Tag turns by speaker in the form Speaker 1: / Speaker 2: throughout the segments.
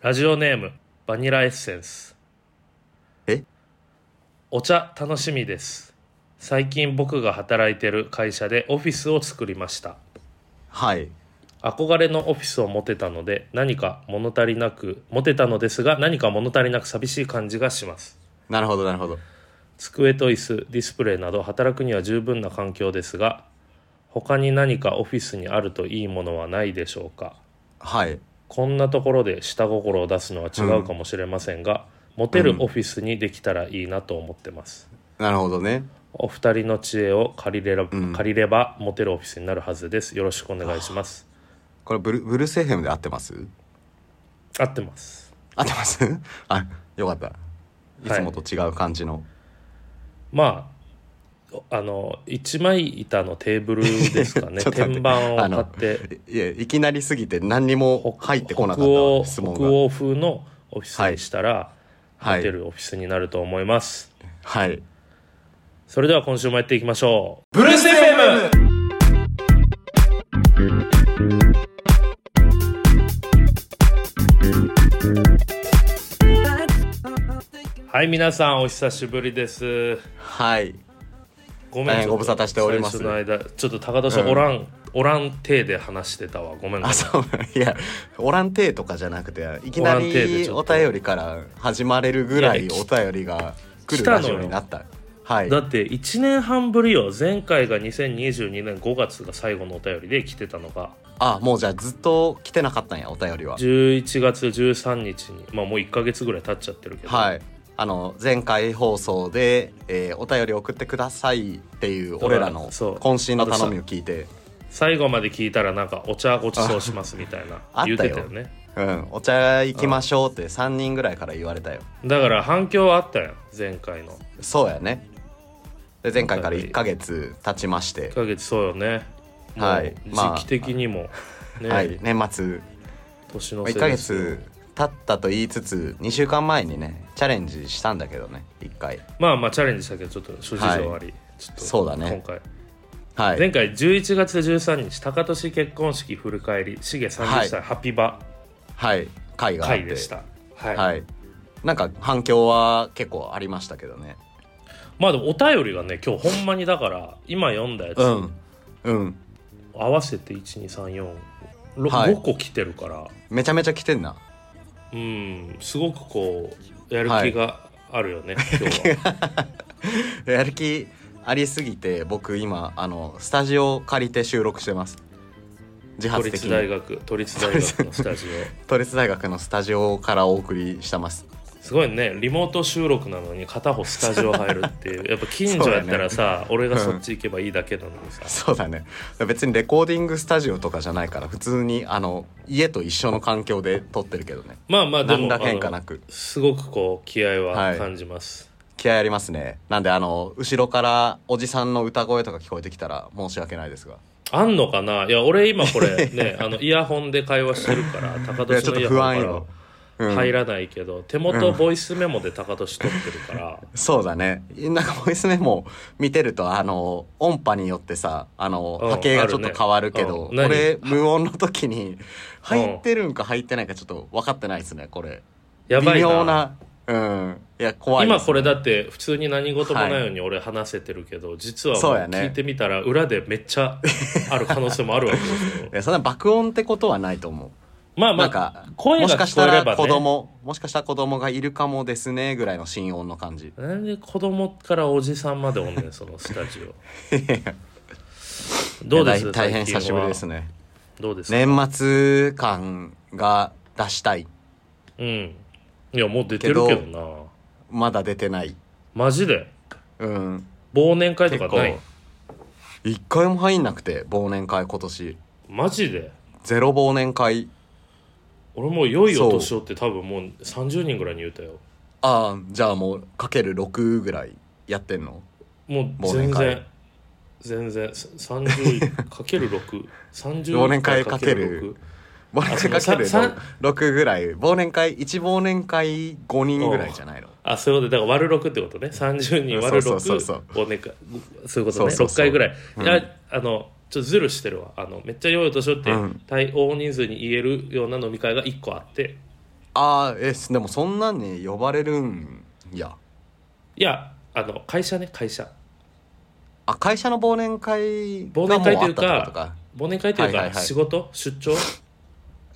Speaker 1: ラジオネームバニラエッセンス
Speaker 2: え
Speaker 1: お茶楽しみです最近僕が働いてる会社でオフィスを作りました
Speaker 2: はい
Speaker 1: 憧れのオフィスを持てたので何か物足りなく持てたのですが何か物足りなく寂しい感じがします
Speaker 2: なるほどなるほど
Speaker 1: 机と椅子ディスプレイなど働くには十分な環境ですが他に何かオフィスにあるといいものはないでしょうか
Speaker 2: はい
Speaker 1: こんなところで下心を出すのは違うかもしれませんが、モテるオフィスにできたらいいなと思ってます、
Speaker 2: なるほどね
Speaker 1: お二人の知恵を借りれば、
Speaker 2: うん
Speaker 1: 借りればモテるオフィスになるはずですよろしくお願いします
Speaker 2: これブルブルース FM で合ってます
Speaker 1: 合ってます
Speaker 2: 合ってます あよかったい
Speaker 1: はい
Speaker 2: つもと違う感じの、
Speaker 1: まああの一枚板のテーブルですかね
Speaker 2: ちょっと待
Speaker 1: 天
Speaker 2: って
Speaker 1: 板を
Speaker 2: あ
Speaker 1: 買
Speaker 2: の
Speaker 1: って
Speaker 2: いやいきなりすぎて何にも入ってこなかっ
Speaker 1: 北
Speaker 2: た
Speaker 1: 欧
Speaker 2: 質問
Speaker 1: 北
Speaker 2: が
Speaker 1: 欧風のオフィスにしたら、
Speaker 2: はい
Speaker 1: モテるオフィスになると思います、
Speaker 2: はい
Speaker 1: それでは今週もやっていきましょうはい皆さんお久しぶりです
Speaker 2: はい
Speaker 1: ご
Speaker 2: 大
Speaker 1: めん
Speaker 2: 変ご無沙汰しております
Speaker 1: 最初の間ちょっと高田さん、
Speaker 2: うん
Speaker 1: おらんおらん手で話してたわごめんな
Speaker 2: あ
Speaker 1: さい
Speaker 2: そういやオランテーとかじゃなくていきな
Speaker 1: オランテーで
Speaker 2: り
Speaker 1: ちょ
Speaker 2: お
Speaker 1: っと
Speaker 2: 便りから始まれるぐらい
Speaker 1: いや
Speaker 2: お便りが来
Speaker 1: 来
Speaker 2: る
Speaker 1: たのよ
Speaker 2: ラジオになったはい
Speaker 1: だって1年半ぶりよ前回が2022年5月が最後のお便りで来てたのが
Speaker 2: あもうじゃあずっと来てなかったんやお便りは
Speaker 1: 11月13日にまあもう1か月ぐらい経っちゃってるけど、
Speaker 2: はいあの前回放送で、えーお便り送ってくださいっていう俺らの
Speaker 1: そう
Speaker 2: 渾身の頼みを聞いて
Speaker 1: 最後まで聞いたらなんかお茶ごちそうしますみたいな
Speaker 2: あ
Speaker 1: 言ってたよね
Speaker 2: うんお茶行きましょうって3人ぐらいから言われたよ
Speaker 1: だから反響はあったやん前回の
Speaker 2: そうやねで前回から1ヶ月経ちまして
Speaker 1: 1か月そうよねもう
Speaker 2: はいまあ
Speaker 1: 時期的にも、ね
Speaker 2: はい年末
Speaker 1: 年の
Speaker 2: まあ
Speaker 1: 瀬
Speaker 2: 1
Speaker 1: で
Speaker 2: ヶ
Speaker 1: すけど
Speaker 2: 月経ったと言いつつ2週間前にねチャレンジしたんだけどね1回
Speaker 1: まあまあチャレンジしたけどちょっと諸事情あり、ちょっと
Speaker 2: そうだね
Speaker 1: 今回
Speaker 2: はい
Speaker 1: 前回11月13日高年結婚式振り返りしげ30歳、
Speaker 2: は
Speaker 1: ハピバ
Speaker 2: はい回があって
Speaker 1: 会でしたはい、
Speaker 2: はいなんか反響は結構ありましたけどね
Speaker 1: まあでもお便りがね今日ほんまにだから今読んだやつ、
Speaker 2: うんうん
Speaker 1: 合わせて12345、
Speaker 2: はい
Speaker 1: 5個来てるから
Speaker 2: めちゃめちゃ来てんな
Speaker 1: うんすごくこうやる気があるよ ね、今日は
Speaker 2: やる気ありすぎて僕今あのスタジオ借りて収録してます自
Speaker 1: 都
Speaker 2: 発的
Speaker 1: 立大
Speaker 2: に
Speaker 1: 学都立大学のスタジ
Speaker 2: 都立大学のスタジオからお送りしてます
Speaker 1: オすごいねリモート収録なのに片方スタジオ入るっていうやっぱ近所やったらさ、俺がそっち行けばいいだけなのにさ、
Speaker 2: そうだね別にレコーディングスタジオとかじゃないから普通にあの家と一緒の環境で撮ってるけどね
Speaker 1: まあまあでも
Speaker 2: 何ら変化な
Speaker 1: あの
Speaker 2: く
Speaker 1: すごくこう気合は感じます、
Speaker 2: 気合ありますねなんであの後ろからおじさんの歌声とか聞こえてきたら申し訳ないですが
Speaker 1: あんのかないや俺 今これねあのイヤホンで会話してるから高
Speaker 2: いや
Speaker 1: 年
Speaker 2: ちょっ
Speaker 1: のイ
Speaker 2: と
Speaker 1: ヤホン
Speaker 2: 不安
Speaker 1: か
Speaker 2: よ、
Speaker 1: ら
Speaker 2: うん
Speaker 1: 入らないけど、手元ボイスメモで高年取ってるから、
Speaker 2: そうだねなんかボイスメモ見てるとあの音波によってさあの
Speaker 1: うん
Speaker 2: 波形がち
Speaker 1: あ
Speaker 2: ょっ
Speaker 1: る
Speaker 2: と
Speaker 1: ね
Speaker 2: 変わるけど、
Speaker 1: うん何
Speaker 2: これ無音の時に入ってるんか入ってないかちょっと分かってないですねこれ
Speaker 1: やばいな
Speaker 2: 微妙なうんいや怖いです
Speaker 1: 今これだって普通に何事もないように俺話せてるけど、実はもう
Speaker 2: そうやね
Speaker 1: 聞いてみたら裏でめっちゃある可能性もあるわけです よ
Speaker 2: いやそんな爆音ってことはないと思う
Speaker 1: まあま
Speaker 2: なん
Speaker 1: あ
Speaker 2: か
Speaker 1: 声が
Speaker 2: もしか
Speaker 1: 聞
Speaker 2: し
Speaker 1: こ
Speaker 2: た
Speaker 1: えれば
Speaker 2: ら子
Speaker 1: ね
Speaker 2: 供もしかしたら子供がいるかもですねぐらいの心音の感じ
Speaker 1: なんで子供からおじさんまでおんねんそのスタジオ どうで
Speaker 2: い
Speaker 1: す
Speaker 2: や大大変
Speaker 1: 最近は
Speaker 2: 久しぶりですね
Speaker 1: どうですか、
Speaker 2: 年末感が出したい
Speaker 1: うんいやもう出てるけど
Speaker 2: け
Speaker 1: な
Speaker 2: まだ出てない
Speaker 1: マジで
Speaker 2: うん
Speaker 1: 忘年会とかない
Speaker 2: 結一回も入んなくて忘年会今年
Speaker 1: マジで
Speaker 2: ゼロ忘年会
Speaker 1: 俺もう良いお年をって多分もう30人ぐらいに言うたよ
Speaker 2: ああじゃあもうかける6ぐらいやってんの
Speaker 1: もう
Speaker 2: 忘
Speaker 1: 全
Speaker 2: 年会
Speaker 1: 然全然30かける6 30
Speaker 2: 忘年会かける忘年会かける
Speaker 1: ささ
Speaker 2: 6ぐらい忘年会1忘年会5人ぐらいじゃないの
Speaker 1: あそういうことだから割る6ってことね30人割る
Speaker 2: そ
Speaker 1: 6
Speaker 2: うそうそう
Speaker 1: 忘年会そういうことね
Speaker 2: そうそうそう
Speaker 1: 6回ぐらい、
Speaker 2: うん
Speaker 1: いやあのちょっとズルしてるわあのめっちゃ良いお年をって、
Speaker 2: うん
Speaker 1: 対大人数に言えるような飲み会が1個あって
Speaker 2: ああえすでもそんなんに呼ばれるんや
Speaker 1: いやあの会社ね会社
Speaker 2: あ会社の忘年会
Speaker 1: 忘年会というか
Speaker 2: がもあったってことか
Speaker 1: 忘年会というか、
Speaker 2: はいはいはい
Speaker 1: 仕事出 張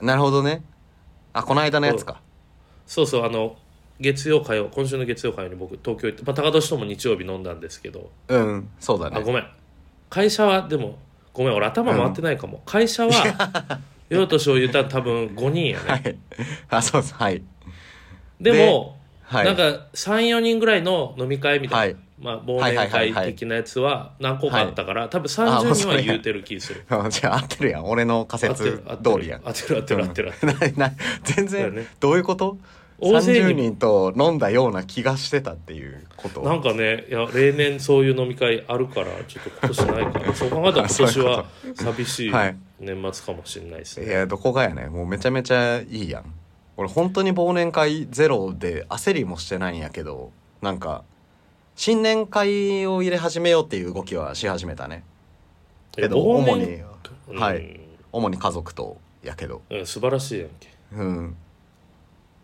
Speaker 2: なるほどねあこの間のやつか
Speaker 1: そうそうあの月曜火曜今週の月曜火曜に僕東京行って、まあ、高俊とも日曜日飲んだんですけど
Speaker 2: うんそうだ
Speaker 1: あ
Speaker 2: ね
Speaker 1: ごめん会社はでもごめん俺頭回ってないかも、会社はようとしを言ったら多分5人やね
Speaker 2: はいあそうそうはい
Speaker 1: でも
Speaker 2: はい
Speaker 1: なんか34人ぐらいの飲み会みたいな、
Speaker 2: はい
Speaker 1: まあ、忘年
Speaker 2: はいはいはいは
Speaker 1: 会
Speaker 2: い
Speaker 1: 的なやつは何個かあったから、多分30人は言うてる気する。
Speaker 2: あ じゃあ合ってるやん俺の仮
Speaker 1: 合って
Speaker 2: 説
Speaker 1: る合って
Speaker 2: 通
Speaker 1: る
Speaker 2: りやん
Speaker 1: 合ってる合ってる合ってる合ってる。
Speaker 2: なな全然、
Speaker 1: だよね
Speaker 2: どういうこと
Speaker 1: 大勢に
Speaker 2: 30人と飲んだような気がしてたっていうこと
Speaker 1: なんかねいや例年そういう飲み会あるからちょっと今年ないからそう考えたら今年は寂しい
Speaker 2: はい
Speaker 1: 年末かもしれないです
Speaker 2: い
Speaker 1: ね、
Speaker 2: やどこがやねもうめちゃめちゃいいやん俺本当に忘年会ゼロで焦りもしてないんやけどなんか新年会を入れ始めようっていう動きはし始めたね
Speaker 1: え
Speaker 2: けど
Speaker 1: 忘
Speaker 2: 主に
Speaker 1: 年、
Speaker 2: は
Speaker 1: う
Speaker 2: い
Speaker 1: ん
Speaker 2: 主に家族とやけど
Speaker 1: うん、素晴らしいやんけ
Speaker 2: うん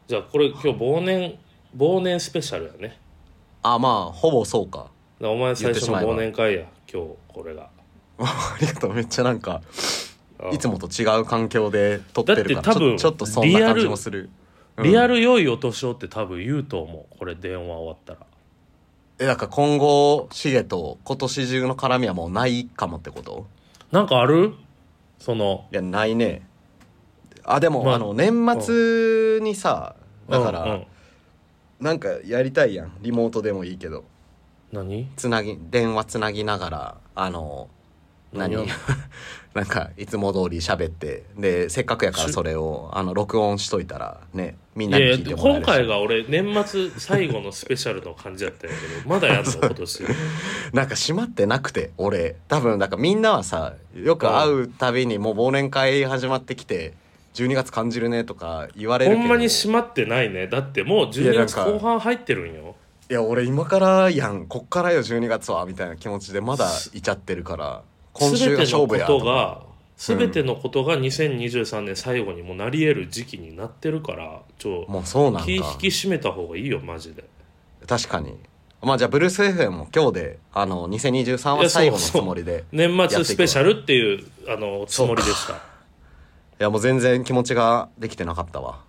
Speaker 1: じゃあこれ今日忘年忘年スペシャルやね
Speaker 2: あまあほぼそうか
Speaker 1: だからお前最初の
Speaker 2: 言ってしまえば
Speaker 1: 忘年会や今日これが
Speaker 2: ありがとうめっちゃなんか
Speaker 1: ああ
Speaker 2: いつもと違う環境で撮ってるから
Speaker 1: だって多分
Speaker 2: ちょちょっとそんな感
Speaker 1: リア
Speaker 2: じ
Speaker 1: ル
Speaker 2: もするうん
Speaker 1: リアル良いお年をって多分言うと思うこれ電話終わったら
Speaker 2: えなんか今後シゲと今年中の絡みはもうないかもってこと
Speaker 1: なんかあるその
Speaker 2: いやないねあでも、
Speaker 1: まあ
Speaker 2: あ、の年末にさだから、
Speaker 1: うんうん
Speaker 2: なんかやりたいやんリモートでもいいけど
Speaker 1: 何
Speaker 2: つなぎ電話つなぎながらあの何
Speaker 1: 何を
Speaker 2: なんかいつも通り喋ってでせっかくやから
Speaker 1: し
Speaker 2: それをあの録音しといたらねみん
Speaker 1: い
Speaker 2: なに
Speaker 1: や
Speaker 2: 聞い
Speaker 1: い
Speaker 2: て
Speaker 1: や
Speaker 2: もら
Speaker 1: 今
Speaker 2: えるし
Speaker 1: 回が俺年末最後のスペシャルの感じだったんやけどまだやんの今 年
Speaker 2: なんか閉まってなくて俺多分なんかみんなはさよく会うたびにもう忘年会始まってきて12月感じるねとか言われる
Speaker 1: ほ
Speaker 2: けど
Speaker 1: んまに閉まってないねだってもう
Speaker 2: いや
Speaker 1: 12
Speaker 2: なん
Speaker 1: 月
Speaker 2: か
Speaker 1: 後半入ってるんよ
Speaker 2: いや俺今からやんこっからよ12月はみたいな気持ちでまだいちゃってるから今週が勝負や
Speaker 1: 全てのことと
Speaker 2: か
Speaker 1: が全てのことが2023年最後にもなり得る時期になってるからちょ
Speaker 2: もうそうなんだ
Speaker 1: 気引き締めた方がいいよマジで
Speaker 2: 確かにまあじゃあブルース FM も今日であの2023は最後のつもりでいや
Speaker 1: 年
Speaker 2: や
Speaker 1: 末ス
Speaker 2: っていくわ
Speaker 1: ペシャルっていうあのつもりでした
Speaker 2: もう全然気持ちができてなかったわ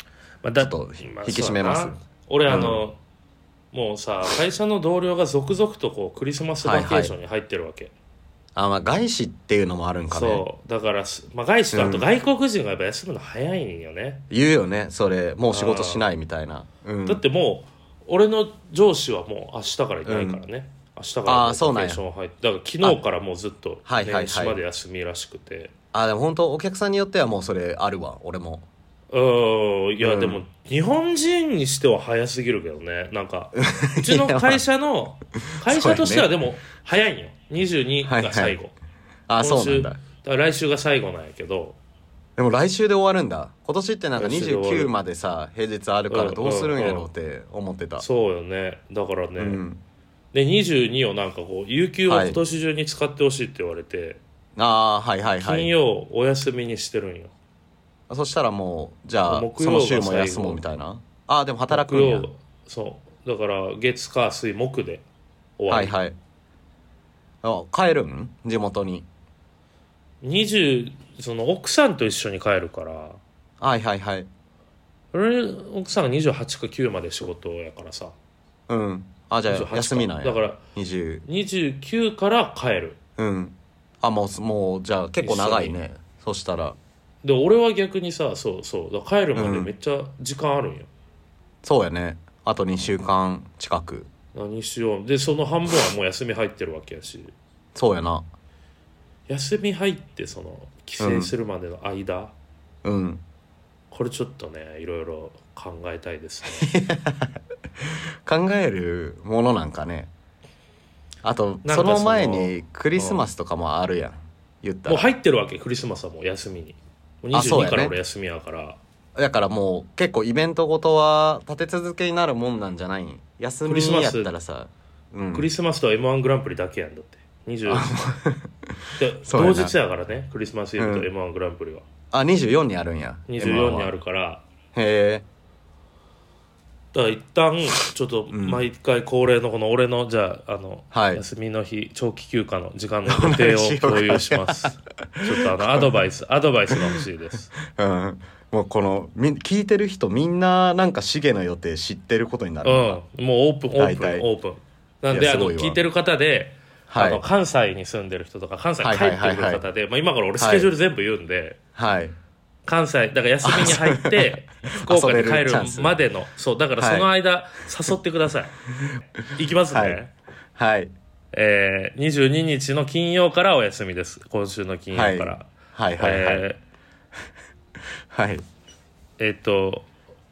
Speaker 1: まあ、だ
Speaker 2: ちょっとひ
Speaker 1: まあ
Speaker 2: 引き締めます
Speaker 1: そうだな俺あの、もうさ会社の同僚が続々とこうクリスマスバケーションに入ってるわけ、
Speaker 2: あまあ外資っていうのもあるんかね
Speaker 1: そうだからす、まあ、外資とあと外国人がやっぱ休むの早いんよね、
Speaker 2: 言うよねそれもう仕事しないみたいなうん
Speaker 1: だってもう俺の上司はもう明日からいないからね、明日から
Speaker 2: あーそうなんや
Speaker 1: バケーション入ってだから昨日からもうずっと
Speaker 2: あはいはいはい
Speaker 1: 年始まで休みらしくて、
Speaker 2: あでも本当お客さんによってはもうそれあるわ俺も
Speaker 1: うんいや、
Speaker 2: うん
Speaker 1: でも日本人にしては早すぎるけどねなん かうちの会社の会社としては
Speaker 2: そ
Speaker 1: でも早いんよ22
Speaker 2: はいは
Speaker 1: が
Speaker 2: い
Speaker 1: 最後、
Speaker 2: あそうなん
Speaker 1: だ
Speaker 2: だ
Speaker 1: から来週が最後なんやけど
Speaker 2: でも来週で終わるんだ今年ってなんか
Speaker 1: 来週で終わ
Speaker 2: 29
Speaker 1: る
Speaker 2: までさ平日あるか
Speaker 1: う
Speaker 2: ら
Speaker 1: ん
Speaker 2: どうするんやろうって思ってた
Speaker 1: そうよねだからね、
Speaker 2: うん
Speaker 1: で22をなんかこう有給を今年中に使ってほしいって言われて、
Speaker 2: ああはいはいは
Speaker 1: 金
Speaker 2: い
Speaker 1: 曜お休みにしてるんよ
Speaker 2: そしたらもうじゃあ
Speaker 1: 木
Speaker 2: そ
Speaker 1: 曜が
Speaker 2: の週も休もうみたいなああでも働くんや
Speaker 1: 木曜そうだから月火水木で終わ
Speaker 2: は
Speaker 1: り、
Speaker 2: いはいあ帰るん地元に
Speaker 1: 20その奥さんと一緒に帰るから
Speaker 2: はいはいはい
Speaker 1: 俺奥さんが28か9まで仕事やからさ
Speaker 2: うんあじゃ
Speaker 1: 28
Speaker 2: あ休みなんや
Speaker 1: だから
Speaker 2: 20
Speaker 1: 29から帰る
Speaker 2: うんあもうすもうじゃあ結構長いねそしたら
Speaker 1: で俺は逆にさそうそうだから帰るまで
Speaker 2: うん
Speaker 1: めっちゃ時間あるんよ、
Speaker 2: そうやねあと2週間近く
Speaker 1: 何しようでその半分はもう休み入ってるわけやし
Speaker 2: そうやな
Speaker 1: 休み入ってその帰省するまでの間、
Speaker 2: うん
Speaker 1: これちょっとねいろいろ考えたいですね
Speaker 2: 考えるものなんかねあと
Speaker 1: なんか
Speaker 2: そ
Speaker 1: その
Speaker 2: の前にクリスマスとかもあるやん言った
Speaker 1: もう
Speaker 2: ら
Speaker 1: 入ってるわけクリスマスはもう休みにもう
Speaker 2: あそうや
Speaker 1: 22
Speaker 2: ね
Speaker 1: から俺休みやから
Speaker 2: だからもう結構イベントごとは立て続けになるもんなんじゃないん休みやったらさうん
Speaker 1: クリスマスと m 1グランプリだけやんだって20で
Speaker 2: そうや
Speaker 1: 同
Speaker 2: な
Speaker 1: 日やからねクリスマスイブと
Speaker 2: うん
Speaker 1: m 1グランプリは、
Speaker 2: あ24にあるんや
Speaker 1: 24に
Speaker 2: M1
Speaker 1: あ
Speaker 2: は
Speaker 1: るから
Speaker 2: へ
Speaker 1: だから一旦ちょっと
Speaker 2: ん
Speaker 1: 毎回恒例のこの俺のじゃああの、
Speaker 2: はい
Speaker 1: 休みの日長期休暇の時間の予定を共有します ちょっとあのアドバイスアドバイスが欲しいです
Speaker 2: うん、もうこのみ聞いてる人みんななんかシゲの予定知ってることにな
Speaker 1: う
Speaker 2: る
Speaker 1: ん
Speaker 2: な、
Speaker 1: もうオープンオー
Speaker 2: 大
Speaker 1: プン
Speaker 2: 体
Speaker 1: オープンなん
Speaker 2: い
Speaker 1: で
Speaker 2: や
Speaker 1: あ
Speaker 2: す
Speaker 1: の
Speaker 2: ごいわ
Speaker 1: 聞いてる方で、
Speaker 2: は
Speaker 1: あ
Speaker 2: い
Speaker 1: の関西に住んでる人とか関西に帰ってくる方で、まあ、今から俺スケジュール全部言うんで、
Speaker 2: はい
Speaker 1: 関西だから休みに入って福岡に帰
Speaker 2: 遊べる
Speaker 1: る
Speaker 2: チャンス
Speaker 1: までのそうだからその間、誘ってください行きますね、
Speaker 2: はいはい
Speaker 1: えー、22日の金曜からお休みです今週の金曜
Speaker 2: はい
Speaker 1: か
Speaker 2: は
Speaker 1: ら、
Speaker 2: いはいはい
Speaker 1: え
Speaker 2: はい
Speaker 1: ーえっと、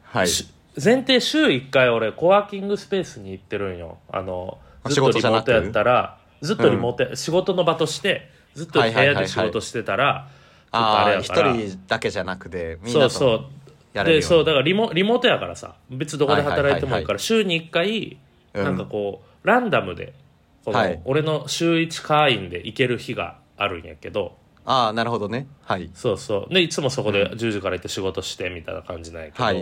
Speaker 2: はい
Speaker 1: し前提週1回俺コワーキングスペースに行ってるんよあの
Speaker 2: あ
Speaker 1: ずっと
Speaker 2: 仕事
Speaker 1: リ
Speaker 2: じゃ
Speaker 1: モ
Speaker 2: な
Speaker 1: ー
Speaker 2: く
Speaker 1: トやったらずっとリモートや、仕事の場としてずっと部屋で仕事してたら、ちょっと
Speaker 2: あ
Speaker 1: あれ
Speaker 2: あ
Speaker 1: や
Speaker 2: 一
Speaker 1: から
Speaker 2: 人だけじゃなくてみん
Speaker 1: そ
Speaker 2: な
Speaker 1: うそ
Speaker 2: と
Speaker 1: う
Speaker 2: やれるように
Speaker 1: でそうだからリモリモートやからさ別にどこで働いてもい
Speaker 2: はいはいはいはい
Speaker 1: いから週に1回
Speaker 2: うん
Speaker 1: なんかこうランダムでこの
Speaker 2: はい
Speaker 1: 俺の週1会員で行ける日があるんやけど
Speaker 2: ああなるほどねはい
Speaker 1: そうそうでいつもそこで10時から行って仕事してみたいな感じなんやけど、
Speaker 2: はい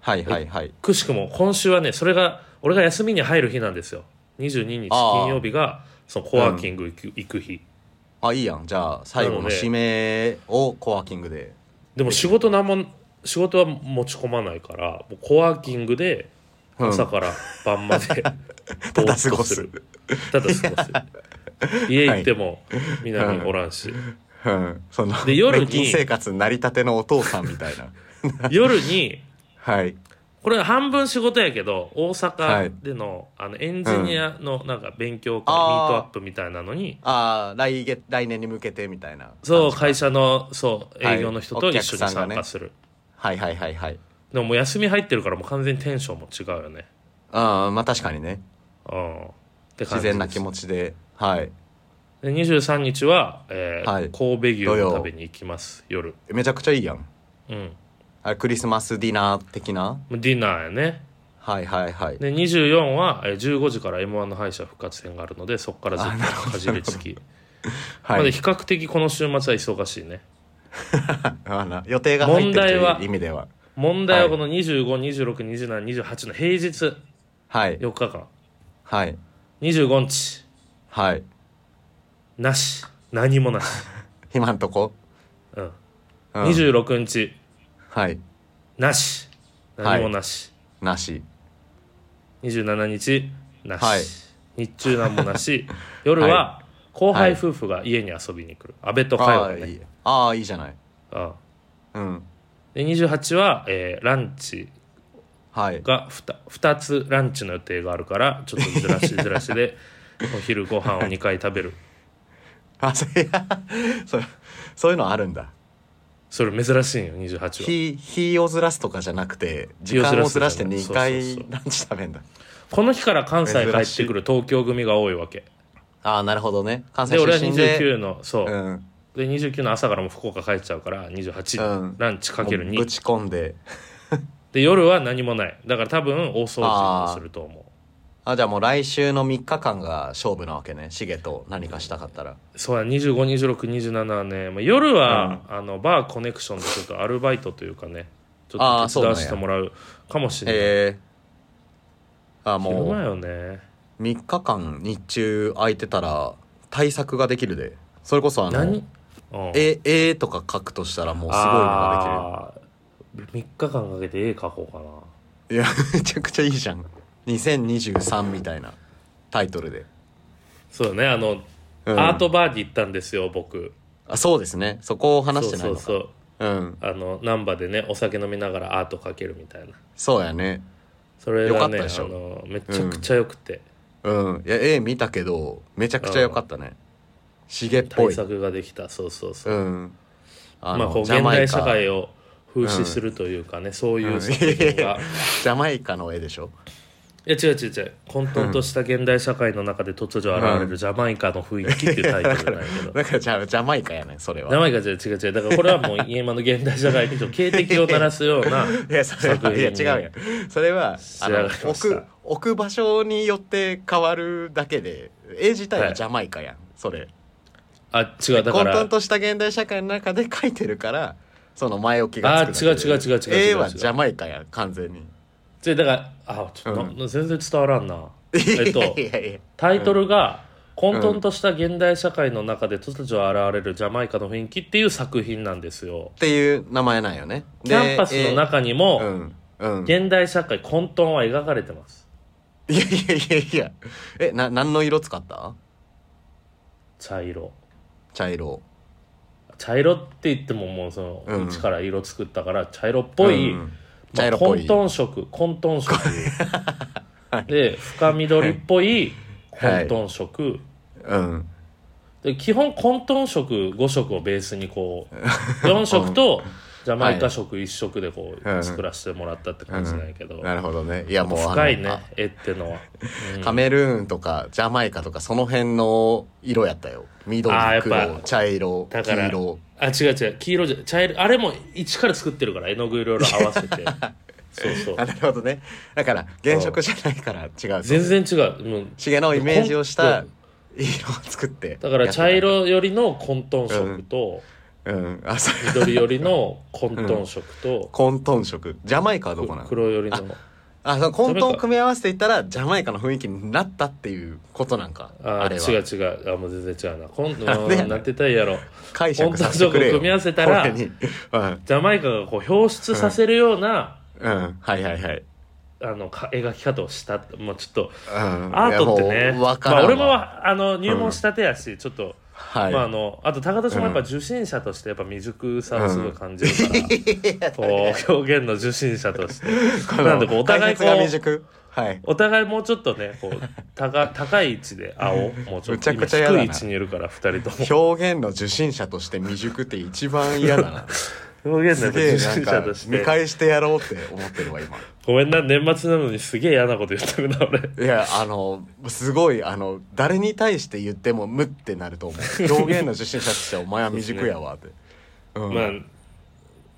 Speaker 2: はいはいはい
Speaker 1: くしくも今週はねそれが俺が休みに入る日なんですよ22日
Speaker 2: あー
Speaker 1: 金曜日がそのコワーキング行く,、行く日
Speaker 2: あいいやんじゃあ最後の締めをコワーキングで
Speaker 1: でも仕事なんも仕事は持ち込まないからもうコワーキングで
Speaker 2: うん
Speaker 1: 朝から晩まで
Speaker 2: ただ
Speaker 1: ぼーっ
Speaker 2: 過
Speaker 1: と
Speaker 2: ごす
Speaker 1: ただ過ごす 家行っても南おらんし、
Speaker 2: うんその
Speaker 1: で夜に
Speaker 2: 年金生活成り立てのお父さんみたいな
Speaker 1: 夜に
Speaker 2: はい
Speaker 1: これ半分仕事やけど大
Speaker 2: はい
Speaker 1: 阪での,、あのエンジニアのなんか勉強会、ミ
Speaker 2: あー
Speaker 1: ートアップみたいなのに
Speaker 2: ああ来月来年に向けてみたいな
Speaker 1: そう
Speaker 2: 感じ
Speaker 1: 会社のそう営業の人と
Speaker 2: はい
Speaker 1: 一緒に
Speaker 2: お客さ
Speaker 1: 参
Speaker 2: んがね
Speaker 1: 加する、
Speaker 2: はいはいはいはい
Speaker 1: でももう休み入ってるからもう完全にテンションも違うよね
Speaker 2: ああまあ確かにね
Speaker 1: うんって感じで
Speaker 2: 自
Speaker 1: す
Speaker 2: 然な気持ちではい
Speaker 1: で23日は、えー
Speaker 2: はい
Speaker 1: 神戸牛を食べに行きます夜
Speaker 2: めちゃくちゃいいやん
Speaker 1: うん
Speaker 2: あれクリスマスディナー的な
Speaker 1: ディナーやね
Speaker 2: はいはいはい
Speaker 1: で24はえー15時から m 1の敗者復活戦があるのでそこからずっとかじりつき、
Speaker 2: は
Speaker 1: まあ
Speaker 2: い
Speaker 1: 比較的この週末は忙しいね
Speaker 2: あの予定が入ってると
Speaker 1: 問題は
Speaker 2: いう意味では
Speaker 1: 問題はこの25262728の平日
Speaker 2: はい
Speaker 1: 4日間
Speaker 2: はい
Speaker 1: 25日
Speaker 2: はい
Speaker 1: なし何もなし、
Speaker 2: 今んとこ
Speaker 1: うん
Speaker 2: うん
Speaker 1: 26日
Speaker 2: はい
Speaker 1: なし
Speaker 2: はい
Speaker 1: 何もなし、
Speaker 2: なし
Speaker 1: 27日なし、
Speaker 2: はい
Speaker 1: 日中何もなし 夜は後輩夫婦が家に遊びに来る安倍と佳
Speaker 2: あ
Speaker 1: 代
Speaker 2: あ
Speaker 1: が
Speaker 2: い
Speaker 1: ね
Speaker 2: いああいいじゃない
Speaker 1: あ
Speaker 2: うん
Speaker 1: で28は、えーランチ
Speaker 2: はい
Speaker 1: が 2, 2つランチの予定があるからちょっとずら しずらしでお昼ご飯を2回食べる
Speaker 2: あそう いやそうそういうのあるんだ
Speaker 1: それ珍しいんよ28は
Speaker 2: 日日をずらすとかじゃなくて時間をずらして2回ランチ食べんだ
Speaker 1: この日から関西帰
Speaker 2: 珍
Speaker 1: っ
Speaker 2: してい
Speaker 1: くる東京組が多いわけ
Speaker 2: ああなるほどね関西
Speaker 1: で俺は
Speaker 2: 出身で
Speaker 1: 29のそう、
Speaker 2: うん
Speaker 1: で29の朝からもう福岡帰っちゃうから28、
Speaker 2: うん
Speaker 1: ランチかける
Speaker 2: もうぶ
Speaker 1: 2
Speaker 2: ち込んで
Speaker 1: で夜は何もないだから多分大掃除をすると思
Speaker 2: あじゃあもう来週の3日間が勝負なわけねシゲと何かしたかったら
Speaker 1: うそうや252627はね、まあ、夜は、あのバーコネクションでちょっとアルバイトというかねちょ
Speaker 2: あ
Speaker 1: っ
Speaker 2: ー
Speaker 1: と
Speaker 2: そ
Speaker 1: 手
Speaker 2: う
Speaker 1: 伝
Speaker 2: なん
Speaker 1: わ
Speaker 2: や
Speaker 1: せてもらうかもしれない
Speaker 2: えー、あ
Speaker 1: 昼間
Speaker 2: も
Speaker 1: よね
Speaker 2: う3日間日中空いてたら対策ができるでそれこそあ
Speaker 1: 何、う
Speaker 2: の
Speaker 1: ん
Speaker 2: 「え」えーとか書くとしたらもうすごいのが
Speaker 1: あー3日間かけて絵描こうかな
Speaker 2: できるいや めちゃくちゃいいじゃん2023みたいなタイトルで、
Speaker 1: そうだねあの、
Speaker 2: うん
Speaker 1: アートバーに行ったんですよ僕
Speaker 2: あそうですねそこを話してないのか
Speaker 1: そうそう
Speaker 2: うん
Speaker 1: そうあの難波でねお酒飲みながらアート描けるみたいな
Speaker 2: そうやね
Speaker 1: それが
Speaker 2: よか
Speaker 1: ね
Speaker 2: っ
Speaker 1: あ
Speaker 2: たでしょ
Speaker 1: のめちゃくちゃ良くて、
Speaker 2: うんいや絵見たけどめちゃくちゃ良かったねシゲっぽ
Speaker 1: 対
Speaker 2: い
Speaker 1: 策ができたそうそうそう、
Speaker 2: うんあ
Speaker 1: まあこう
Speaker 2: ジ
Speaker 1: 現
Speaker 2: ャマイカ
Speaker 1: 代社会を風刺するというかね、そういう作品 が、い
Speaker 2: ジャマイカの絵でしょ
Speaker 1: や違う違う違う混沌とした現代社会の中で突如現れるジャマイカの雰囲気っていうタイトルなんや けど
Speaker 2: だからじゃあジャマイカやねそれ
Speaker 1: 名
Speaker 2: は
Speaker 1: 前が違う違う違うだからこれはもう今の現代社会にちょっと警笛を鳴らすようない
Speaker 2: やそれ
Speaker 1: 作品
Speaker 2: は いや違うやんそれはあ
Speaker 1: 仕上が
Speaker 2: の
Speaker 1: りました
Speaker 2: 置く置く場所によって変わるだけで絵自体はジャマイカやんそれ
Speaker 1: あ違うだか
Speaker 2: 混
Speaker 1: ら
Speaker 2: 沌とした現代社会の中で描いてるからその前置きがつくだけで
Speaker 1: あ違う違う違う違う違う
Speaker 2: 絵はジャマイカやん完全に
Speaker 1: じゃあだからあちょっと、
Speaker 2: うん
Speaker 1: な全然伝わらんなえっと
Speaker 2: いやいやいや
Speaker 1: タイトルが「混沌とした現代社会の中で突如現れるジャマイカの雰囲気」っていう作品なんですよ
Speaker 2: っていう名前なんよね
Speaker 1: キャンパスの中にも、
Speaker 2: えーうん うんいや
Speaker 1: 現代社会混沌は描かれてます
Speaker 2: いやいやいやえな何の色使った
Speaker 1: 茶色
Speaker 2: 茶色
Speaker 1: 茶色って言ってももうその、
Speaker 2: うん
Speaker 1: 一から色作ったから茶色っぽい、
Speaker 2: うん
Speaker 1: ま
Speaker 2: 茶
Speaker 1: あ
Speaker 2: 色っぽ
Speaker 1: 混
Speaker 2: い
Speaker 1: 沌色混沌色、 で深緑っぽい混
Speaker 2: はい
Speaker 1: 沌色、
Speaker 2: うん
Speaker 1: で基本混沌色5色をベースにこう 4色とジャマイカ色1色でこ
Speaker 2: う
Speaker 1: うん作らせてもらったって感じなんやけど、
Speaker 2: なるほどねいやもうあの
Speaker 1: 深いね絵ってのは、うん
Speaker 2: カメルーンとかジャマイカとかその辺の色やったよ緑
Speaker 1: あーやっぱ
Speaker 2: 黒茶色
Speaker 1: だか
Speaker 2: 黄
Speaker 1: ら
Speaker 2: 色
Speaker 1: あ違う違う黄色じゃ茶色あれも一から作ってるから絵の具いろいろ合わせてそうそう
Speaker 2: あなるほどねだから原色じゃないから違う
Speaker 1: 全然違うもう
Speaker 2: 重のイメージをし
Speaker 1: ほ
Speaker 2: た
Speaker 1: んと
Speaker 2: 色を作って
Speaker 1: だから茶色よりの混沌色と
Speaker 2: うんあそう
Speaker 1: 緑よりの混沌色と
Speaker 2: 混沌色ジャマイカはどこなの
Speaker 1: 黒よりの
Speaker 2: あその混沌を組み合わせていったらジャマイカの雰囲気になったっていうことなんかあ
Speaker 1: あ
Speaker 2: れは
Speaker 1: 違う違うあもう全然違うな今度
Speaker 2: なんでやねん
Speaker 1: なんて言ったらいいやろ
Speaker 2: 解釈させてくれ
Speaker 1: 混沌色
Speaker 2: よ
Speaker 1: を組み合わせたら
Speaker 2: これにうん
Speaker 1: ジャマイカがこう表出させるような、
Speaker 2: うんはいはいはい
Speaker 1: あのか描き方をしたもうちょっと
Speaker 2: うん
Speaker 1: アートって
Speaker 2: いや
Speaker 1: ね
Speaker 2: もうわか
Speaker 1: まあ、
Speaker 2: らんわ
Speaker 1: 俺もあの入門したてやし、ちょっと、
Speaker 2: はい
Speaker 1: まあ、あのあと高田さんもやっぱ
Speaker 2: うん
Speaker 1: 受信者としてやっぱ未熟さをすごい感じるから、こ う表現の受信者として
Speaker 2: この
Speaker 1: なんでこうお互いこう
Speaker 2: 解説が未熟はい
Speaker 1: お互いもうちょっとねこう高 高い位置で青もうちょっ
Speaker 2: むち
Speaker 1: と
Speaker 2: ゃ
Speaker 1: 今
Speaker 2: くちゃやだな
Speaker 1: 低い位置にいるから2人とも
Speaker 2: 表現の受信者として未熟って一番嫌 だな
Speaker 1: 表現のや
Speaker 2: す
Speaker 1: っぱ
Speaker 2: げえ
Speaker 1: 受
Speaker 2: なん
Speaker 1: 信
Speaker 2: か
Speaker 1: 者とし
Speaker 2: 見
Speaker 1: て
Speaker 2: 返してやろうって思ってるわ今
Speaker 1: ごめんな年末なのにすげえ嫌なこと言ってるな俺。
Speaker 2: いやあのすごいあの誰に対して言っても無ってなると思う表現の受信者としてはお前は未熟や わってうん
Speaker 1: ま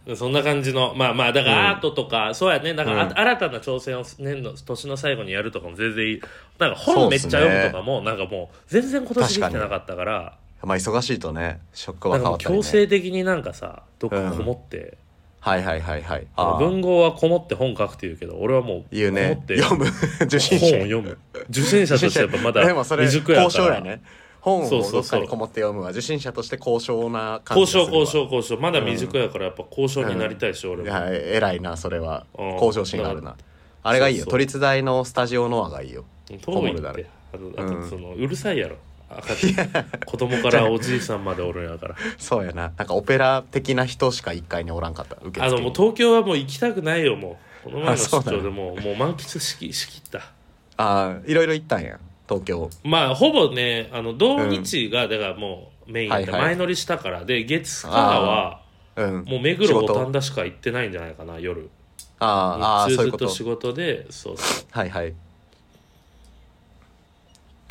Speaker 1: あそんな感じのまあまあだか
Speaker 2: うん
Speaker 1: らアートとか、そうやねだから、あ
Speaker 2: うん
Speaker 1: 新たな挑戦を年の年の最後にやるとかも全然いいなんか本めっちゃ読むとかも、なんかもう全然今年できてなかったから
Speaker 2: まあ忙しいとね職
Speaker 1: な
Speaker 2: は
Speaker 1: ん
Speaker 2: 変
Speaker 1: か
Speaker 2: わ
Speaker 1: もう
Speaker 2: ったり、ね、
Speaker 1: 強制的になんかさどっかこもって、
Speaker 2: はいはいはいはい
Speaker 1: あの
Speaker 2: あー
Speaker 1: 文豪はこもって本書くっていうけど俺はもう
Speaker 2: 言う
Speaker 1: こも
Speaker 2: ね
Speaker 1: って
Speaker 2: 読む受信
Speaker 1: 本
Speaker 2: 者
Speaker 1: を読む受信者としてやっぱまだ
Speaker 2: でもそれ
Speaker 1: 未熟や
Speaker 2: 交
Speaker 1: か
Speaker 2: 渉
Speaker 1: ら
Speaker 2: やね本を
Speaker 1: そうそうそう
Speaker 2: どっかにこもって読むは受信者として交渉な感じ
Speaker 1: 交
Speaker 2: がする
Speaker 1: 渉
Speaker 2: わ
Speaker 1: 交渉交渉まだ未熟やからやっぱ交渉になりたいし、
Speaker 2: い
Speaker 1: 俺も
Speaker 2: や偉いなそれは
Speaker 1: うん
Speaker 2: 向上心がある
Speaker 1: だ
Speaker 2: なあれがいいよ
Speaker 1: そうそう
Speaker 2: 都立大のスタジオノアがいいよ
Speaker 1: 遠い
Speaker 2: こもるだ
Speaker 1: って
Speaker 2: ろ
Speaker 1: あと
Speaker 2: う
Speaker 1: あ
Speaker 2: ん
Speaker 1: とその、うるさいやろ赤ちゃん子供からおじいさんまでおるんやから
Speaker 2: そうやななんかオペラ的な人しか1階におらんかった受
Speaker 1: あの
Speaker 2: 付
Speaker 1: もう
Speaker 2: に
Speaker 1: 東京はもう行きたくないよもうこの前の
Speaker 2: あそう
Speaker 1: 出
Speaker 2: なの
Speaker 1: 張でもうもう満喫しきしきった
Speaker 2: ああいろいろ行ったんや東京
Speaker 1: まあほぼねあの土日がだからもうメインやった、
Speaker 2: はいはい
Speaker 1: 前乗りしたからで月火は
Speaker 2: うん
Speaker 1: もう目黒
Speaker 2: 仕
Speaker 1: 五
Speaker 2: 事
Speaker 1: 反田しか行ってないんじゃないかな夜
Speaker 2: あーあ
Speaker 1: 日
Speaker 2: ー
Speaker 1: 中ず
Speaker 2: そういう
Speaker 1: っ
Speaker 2: ことと
Speaker 1: 仕事でそうそう
Speaker 2: はいはい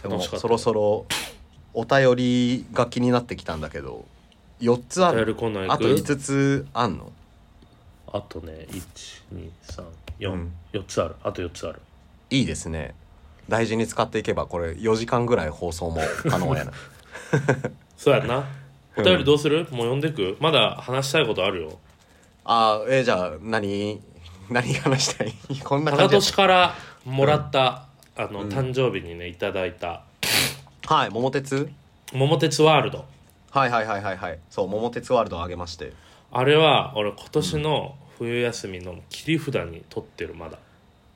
Speaker 2: でも
Speaker 1: 楽しかった
Speaker 2: そろそろお便りが気になってきたんだけど4つあ
Speaker 1: 頼る
Speaker 2: る
Speaker 1: コーナー行
Speaker 2: あ
Speaker 1: く
Speaker 2: と5つあんの
Speaker 1: あとね
Speaker 2: う
Speaker 1: 1234
Speaker 2: ん
Speaker 1: 四つあるあと4つある
Speaker 2: いいですね大事に使っていけばこれ4時間ぐらい放送も可能 やな
Speaker 1: そうやんなお便りどうする、もう読んでくまだ話したいことあるよ
Speaker 2: ああえーじゃあ何何話したい こんな
Speaker 1: 高
Speaker 2: 感じや
Speaker 1: 年からもらった、あの誕生日にねいただいた
Speaker 2: はい桃鉄
Speaker 1: 「桃鉄ワールド
Speaker 2: はいはいはいはいはいそう桃鉄ワールドをあげまして」
Speaker 1: あれは俺今年の冬休みの切り札に取ってるまだ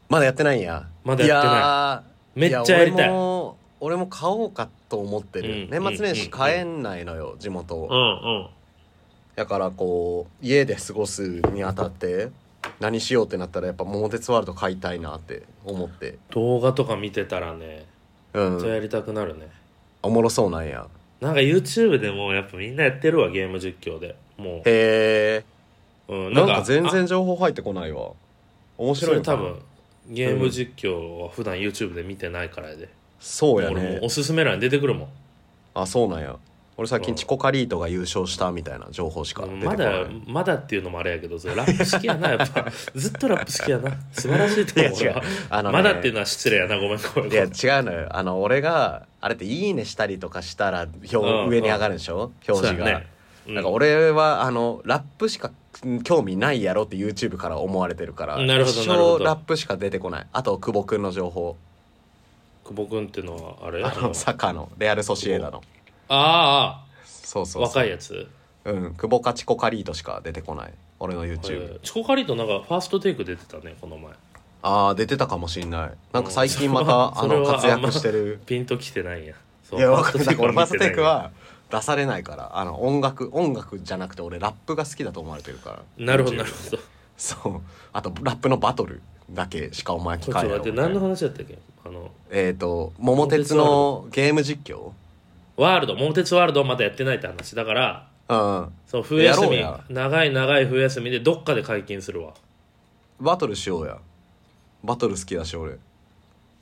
Speaker 2: まだやってないんや
Speaker 1: まだやってない
Speaker 2: やー
Speaker 1: めっちゃやりたい
Speaker 2: や俺も俺も買おうかと思ってる、
Speaker 1: うん
Speaker 2: 年末年始
Speaker 1: うん
Speaker 2: 買えんないのよ、地元、
Speaker 1: うんうん
Speaker 2: だからこう家で過ごすにあたって何しようってなったらやっぱ桃鉄ワールド買いたいなって思って
Speaker 1: 動画とか見てたらね
Speaker 2: う
Speaker 1: めっちゃ
Speaker 2: ん
Speaker 1: やりたくなるね、
Speaker 2: おもろそうなんや
Speaker 1: なんか YouTube でもやっぱみんなやってるわゲーム実況でも
Speaker 2: へえ
Speaker 1: う、うん、
Speaker 2: なんか全
Speaker 1: あ
Speaker 2: 然情報入ってこないわ
Speaker 1: そ
Speaker 2: 面白い
Speaker 1: れ
Speaker 2: のか
Speaker 1: 多
Speaker 2: な
Speaker 1: 分ゲーム実況は普段 YouTube で見てないからやで、
Speaker 2: そうや
Speaker 1: 俺も
Speaker 2: ね
Speaker 1: うおすすめ欄に出てくるもん
Speaker 2: あそうなんや俺最
Speaker 1: う
Speaker 2: 近
Speaker 1: ん
Speaker 2: チコカリートが優勝したみたいな情報しか出て
Speaker 1: ま
Speaker 2: こない、
Speaker 1: だまだっていうのもあれやけどそれラップ好きやなやっ ぱずっとラップ好きやな素晴らしいと思う
Speaker 2: いや違う
Speaker 1: 俺は
Speaker 2: あのね
Speaker 1: まだっていうのは失礼やなごめんごめん
Speaker 2: いや違うのよあの俺があれって「いいね」したりとかしたら表、
Speaker 1: うん
Speaker 2: 上に上がるでしょ表示が、
Speaker 1: そうやね
Speaker 2: なんか俺はあのラップしかん興味ないやろって YouTube から思われてるから
Speaker 1: なるほど
Speaker 2: 一
Speaker 1: なるほど
Speaker 2: 生ラップしか出てこないあと久保君の情報
Speaker 1: 久保君ってのはあれ
Speaker 2: あのサッカーのレアル・ソシエダの
Speaker 1: ああ
Speaker 2: そうそうそう
Speaker 1: 若いやつ
Speaker 2: うん久保かチコカリートしか出てこない俺の YouTube、
Speaker 1: えーチコカリーとなんかファーストテイク出てたねこの前
Speaker 2: ああ出てたかもしんないなんか最近また、
Speaker 1: う
Speaker 2: あ
Speaker 1: んそれ
Speaker 2: の
Speaker 1: は
Speaker 2: 活躍してる
Speaker 1: ピンときてないんやそう
Speaker 2: いやわかんない俺ファーストテイ
Speaker 1: 見
Speaker 2: ク
Speaker 1: てない
Speaker 2: は出されないからあの音楽音楽じゃなくて俺ラップが好きだと思われてるから
Speaker 1: なるほど
Speaker 2: YouTube
Speaker 1: なるほど
Speaker 2: そうあとラップのバトルだけしかお前
Speaker 1: ち
Speaker 2: 聞
Speaker 1: ょっと
Speaker 2: かない
Speaker 1: 待
Speaker 2: ろ
Speaker 1: って何の話だったっけあの
Speaker 2: えっ、と「桃鉄」のゲーム実況
Speaker 1: ワールド桃鉄ワールドまだやってないって話だから
Speaker 2: うん
Speaker 1: そう冬休み
Speaker 2: やろうや
Speaker 1: 長い長い冬休みでどっかで解禁するわ
Speaker 2: バトルしようやバトル好きだし俺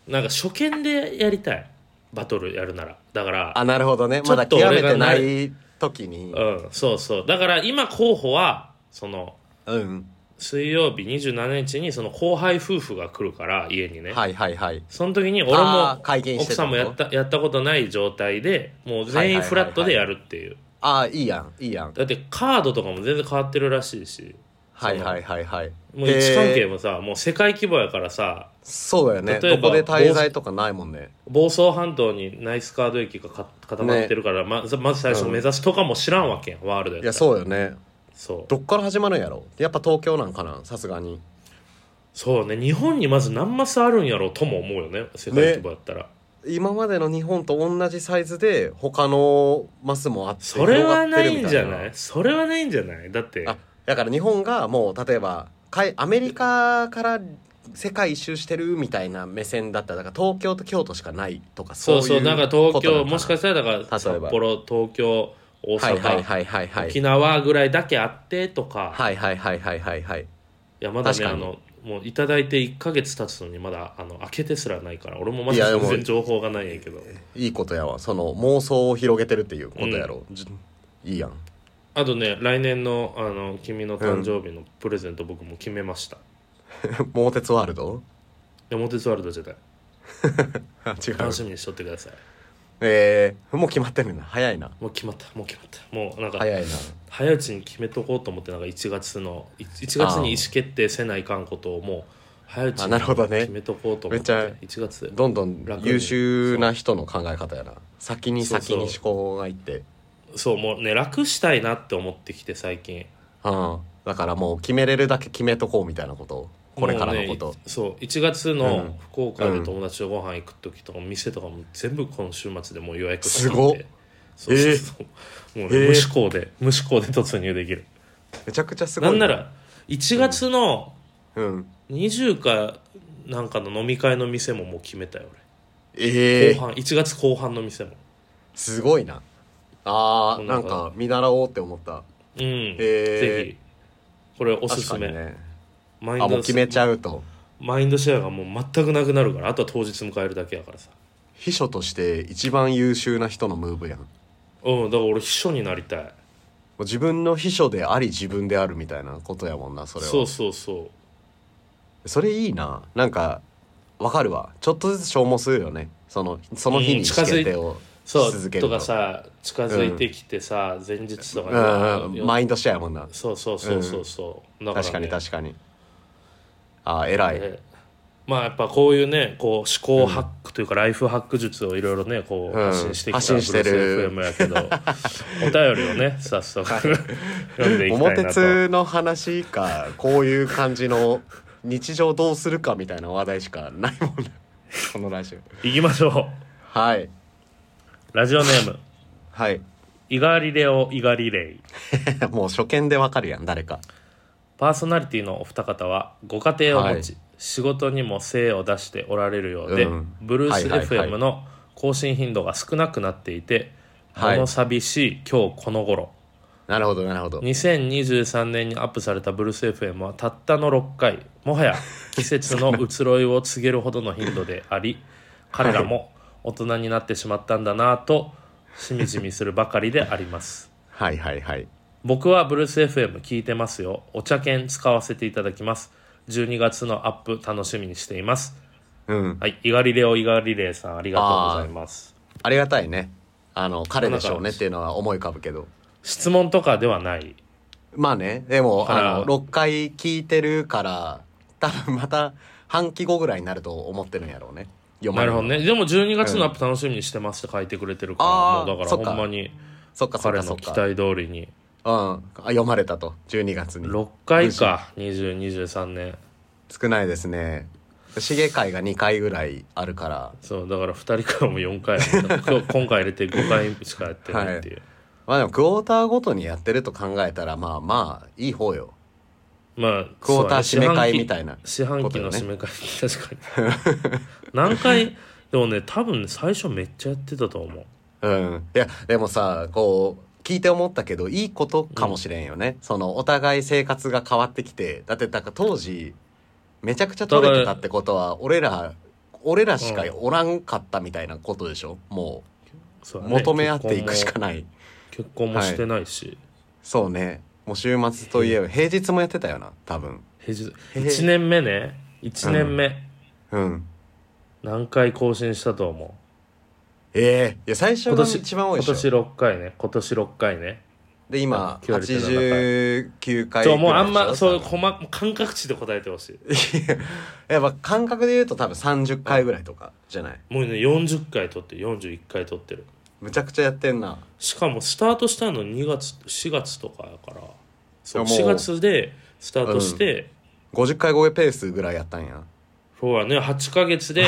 Speaker 1: なんか初見でやりたいバトルやるならだから
Speaker 2: あなるほどね
Speaker 1: ちょ
Speaker 2: ま
Speaker 1: っ
Speaker 2: だ
Speaker 1: と
Speaker 2: 極
Speaker 1: 俺
Speaker 2: め
Speaker 1: が
Speaker 2: て
Speaker 1: な
Speaker 2: な
Speaker 1: る
Speaker 2: い時に
Speaker 1: うんそうそうだから今候補はその
Speaker 2: うん
Speaker 1: 水曜日27日にその後輩夫婦が来るから家にね、
Speaker 2: はいはいはい
Speaker 1: その時に俺
Speaker 2: あ
Speaker 1: も
Speaker 2: ー会見して
Speaker 1: 奥
Speaker 2: た
Speaker 1: さんもやったやったことない状態でもう全員フラットでやるっていう
Speaker 2: ああいいやんいいやん
Speaker 1: だってカードとかも全然変わってるらしいし
Speaker 2: はいはいはいはい
Speaker 1: もう位置関係
Speaker 2: へー
Speaker 1: もさもう世界規模やからさ
Speaker 2: そうだよね
Speaker 1: 例え
Speaker 2: ど
Speaker 1: ば
Speaker 2: こで滞在とかないもんね
Speaker 1: 房総半島にナイスカード駅がか固まってるから、まずまず最初目指すとかも知らんわけやんワールドやっ
Speaker 2: い
Speaker 1: たら
Speaker 2: やそうよね
Speaker 1: そう
Speaker 2: どっから始まるんやろやっぱ東京なんかなさすがに
Speaker 1: そうね日本にまず何マスあるんやろうとも思うよね世界規模やったら、
Speaker 2: 今までの日本と同じサイズで他のマスもあって
Speaker 1: それはないんじゃ
Speaker 2: 広がってるみた
Speaker 1: ないそれはないんじゃないだって
Speaker 2: あだから日本がもう例えば海アメリカから世界一周してるみたいな目線だったらだから東京と京都しかないとか
Speaker 1: そうそう
Speaker 2: い
Speaker 1: なんか東
Speaker 2: ことな
Speaker 1: 京
Speaker 2: のな
Speaker 1: もしかしたらだから
Speaker 2: 例え
Speaker 1: 札
Speaker 2: ば
Speaker 1: 幌東京大
Speaker 2: はいは
Speaker 1: 阪
Speaker 2: いはいはいはい
Speaker 1: 沖縄ぐらいだけあってとか、
Speaker 2: はいはいはいはいはいはい
Speaker 1: いやまだね
Speaker 2: 確
Speaker 1: あ
Speaker 2: かに
Speaker 1: のもういただいて1か月経つのにまだあの開けてすらないから俺もま
Speaker 2: いや
Speaker 1: だ
Speaker 2: でも
Speaker 1: 全然情報がないんやけど
Speaker 2: いいことやわその妄想を広げてるっていうことやろ、じいいやん
Speaker 1: あとね来年のあの君の誕生日のプレゼント僕も決めました
Speaker 2: 「桃鉄ワールド
Speaker 1: 山手、ツワールド時代」
Speaker 2: あ違う
Speaker 1: 楽しみにしとってください
Speaker 2: えー、もう決まってるんだ早いな
Speaker 1: もう決まったもう決まったもうなんか
Speaker 2: 早いな
Speaker 1: 早いうちに決めとこうと思ってなんか1月のい1月に意思決定せないかんことをもう早いうち
Speaker 2: あ
Speaker 1: に
Speaker 2: なるほどね
Speaker 1: 決めとこうと思って
Speaker 2: めっちゃ
Speaker 1: 1月
Speaker 2: どんどん
Speaker 1: 楽に
Speaker 2: 優秀な人の考え方やな先に
Speaker 1: そうそう
Speaker 2: 先に思考がいって
Speaker 1: そうもうね楽したいなって思ってきて最近
Speaker 2: うんだからもう決めれるだけ決めとこうみたいなことこれからのこ
Speaker 1: もう
Speaker 2: と、
Speaker 1: ねそう1月
Speaker 2: うん
Speaker 1: の福岡で友達とご飯行く時とか店とかも全部この週末でもう予約して
Speaker 2: すごっ
Speaker 1: そうそうそう、もうね、
Speaker 2: えー
Speaker 1: 無思考で無思考で突入できる
Speaker 2: めちゃくちゃすごい
Speaker 1: な
Speaker 2: ね
Speaker 1: んなら1月の
Speaker 2: うん
Speaker 1: 20かなんかの飲み会の店ももう決めたよ俺
Speaker 2: ええ
Speaker 1: 後半1月後半の店も
Speaker 2: すごいなあー
Speaker 1: な
Speaker 2: なんん
Speaker 1: か
Speaker 2: か見習おうって思った
Speaker 1: うん、
Speaker 2: ー
Speaker 1: ぜひこれおす
Speaker 2: 確
Speaker 1: す
Speaker 2: か
Speaker 1: め、
Speaker 2: にね
Speaker 1: マイ
Speaker 2: あ
Speaker 1: ン
Speaker 2: もう
Speaker 1: ド
Speaker 2: 決めちゃうと
Speaker 1: マインドシェアがもう全くなくなるからあとは当日迎えるだけやからさ
Speaker 2: 秘書として一番優秀な人のムーブやんも
Speaker 1: うんだから俺秘書になりたいう
Speaker 2: 自分の秘書であり自分であるみたいなことやもんなそれは
Speaker 1: そうそうそう
Speaker 2: それいいななんかわかるわちょっとずつ消耗するよねそのその日
Speaker 1: うん
Speaker 2: に意
Speaker 1: 近
Speaker 2: 思
Speaker 1: づい
Speaker 2: 決定をし
Speaker 1: そう
Speaker 2: 続ける
Speaker 1: とかさ近づいてきてさ、前日とかに
Speaker 2: うんうん
Speaker 1: よ
Speaker 2: マインドシェアやもんな
Speaker 1: そうそうそうそうそう、だ
Speaker 2: 確かに
Speaker 1: ね
Speaker 2: 確かにあー偉い、
Speaker 1: えまあやっぱこういうねこう思考ハックというかライフハック術をいろいろねこう
Speaker 2: うん
Speaker 1: 発信してきた
Speaker 2: 発信してる
Speaker 1: ブルース FM やけどお便りをね早速 読んでいきたい
Speaker 2: 桃
Speaker 1: なと
Speaker 2: 鉄の話かこういう感じの日常どうするかみたいな話題しかない もんねこのラジオ
Speaker 1: いきましょ
Speaker 2: はい。
Speaker 1: うラジオネーム
Speaker 2: はい。
Speaker 1: イガリレオイガリレイ
Speaker 2: もう初見でわかるやん、誰か。
Speaker 1: パーソナリティのお二方はご家庭を持ち、仕事にも精を出しておられるようで、
Speaker 2: うん
Speaker 1: ブルース
Speaker 2: はいはいはい
Speaker 1: FM の更新頻度が少なくなっていて、
Speaker 2: はい
Speaker 1: 物寂しい今日この頃
Speaker 2: なるほど、なるほど。
Speaker 1: 2023年にアップされたブルース FM はたったの6回も はや季節の移ろいを告げるほどの頻度であり彼らも大人になってしまったんだなぁとしみじみするばかりであります
Speaker 2: はいはいはい。
Speaker 1: 僕はブルース FM 聞いてますよお茶券使わせていただきます12月のアップ楽しみにしています
Speaker 2: うん。
Speaker 1: はいイガリレオイガリレイさんありがとうございます
Speaker 2: ありがたいね。あの、彼でしょうねっていうのは思い浮かぶけど。
Speaker 1: 質問とかではない
Speaker 2: まあね、でも、
Speaker 1: だから
Speaker 2: あの、6回聞いてるから、多分また半期後ぐらいになると思ってるんやろうね。読ま
Speaker 1: な
Speaker 2: れ
Speaker 1: る
Speaker 2: の
Speaker 1: ほど。ねでも12月のアップ楽しみにしてますって書いてくれてるから、
Speaker 2: あー
Speaker 1: もうだか
Speaker 2: そ
Speaker 1: ら
Speaker 2: っ
Speaker 1: ほ
Speaker 2: か
Speaker 1: んまに
Speaker 2: そっかそっ
Speaker 1: 彼
Speaker 2: かそ
Speaker 1: の
Speaker 2: っ
Speaker 1: 期
Speaker 2: か。
Speaker 1: 待通りに
Speaker 2: うん。あ、読まれたと。12月に。
Speaker 1: 6回か2023年
Speaker 2: 少ないですね。シゲ会が2回ぐらいあるから、
Speaker 1: そうだから2人からも4回 やもんな今日今回入れて5回しかやってないっていう、
Speaker 2: まあでもクォーターごとにやってると考えたら、まあまあ、いい方よ。
Speaker 1: まあ
Speaker 2: クォーター
Speaker 1: そうね
Speaker 2: 締め替えみたいな
Speaker 1: 四半期の
Speaker 2: ことよ
Speaker 1: 締め替え、確か に何回でもね多分ね最初めっちゃやってたと思う
Speaker 2: うん。いや、でもさ、こう、聞いて思ったけど、いいことかもしれんよね。その、お互い生活が変わってきて、だって、なんか当時、めちゃくちゃ取れてたってことは、俺ら、俺らしかおらんかったみたいなことでしょ、も、
Speaker 1: そううだね
Speaker 2: 求め合っていくしかない。
Speaker 1: 結婚も結婚もしてないし、
Speaker 2: そうね。もう週末といえば、平日もやってたよな、多分。
Speaker 1: 平
Speaker 2: へえ
Speaker 1: 日1年目ね1年目、
Speaker 2: うん。
Speaker 1: 何回更新したと思う
Speaker 2: ええいや、最初
Speaker 1: 今
Speaker 2: が
Speaker 1: 年
Speaker 2: 一番多い
Speaker 1: 今
Speaker 2: でし
Speaker 1: 年
Speaker 2: ょ。
Speaker 1: 6回ね今年6回ね
Speaker 2: で、今、
Speaker 1: 今日より少なか
Speaker 2: 89回ぐらいでしょ。
Speaker 1: そうもうあん
Speaker 2: 多
Speaker 1: ま
Speaker 2: 分
Speaker 1: そう細か感覚値で答えてほしい
Speaker 2: いややっぱ感覚で言うと多分30回ぐらいとかじゃない
Speaker 1: もうね40回撮ってる41回撮ってる
Speaker 2: むちゃくちゃやってんな
Speaker 1: しかもスタートしたの2月4月とかやからそう
Speaker 2: いやもう
Speaker 1: 4月でスタートして、
Speaker 2: 50回超えペースぐらいやったんや
Speaker 1: そうやね8ヶ月 で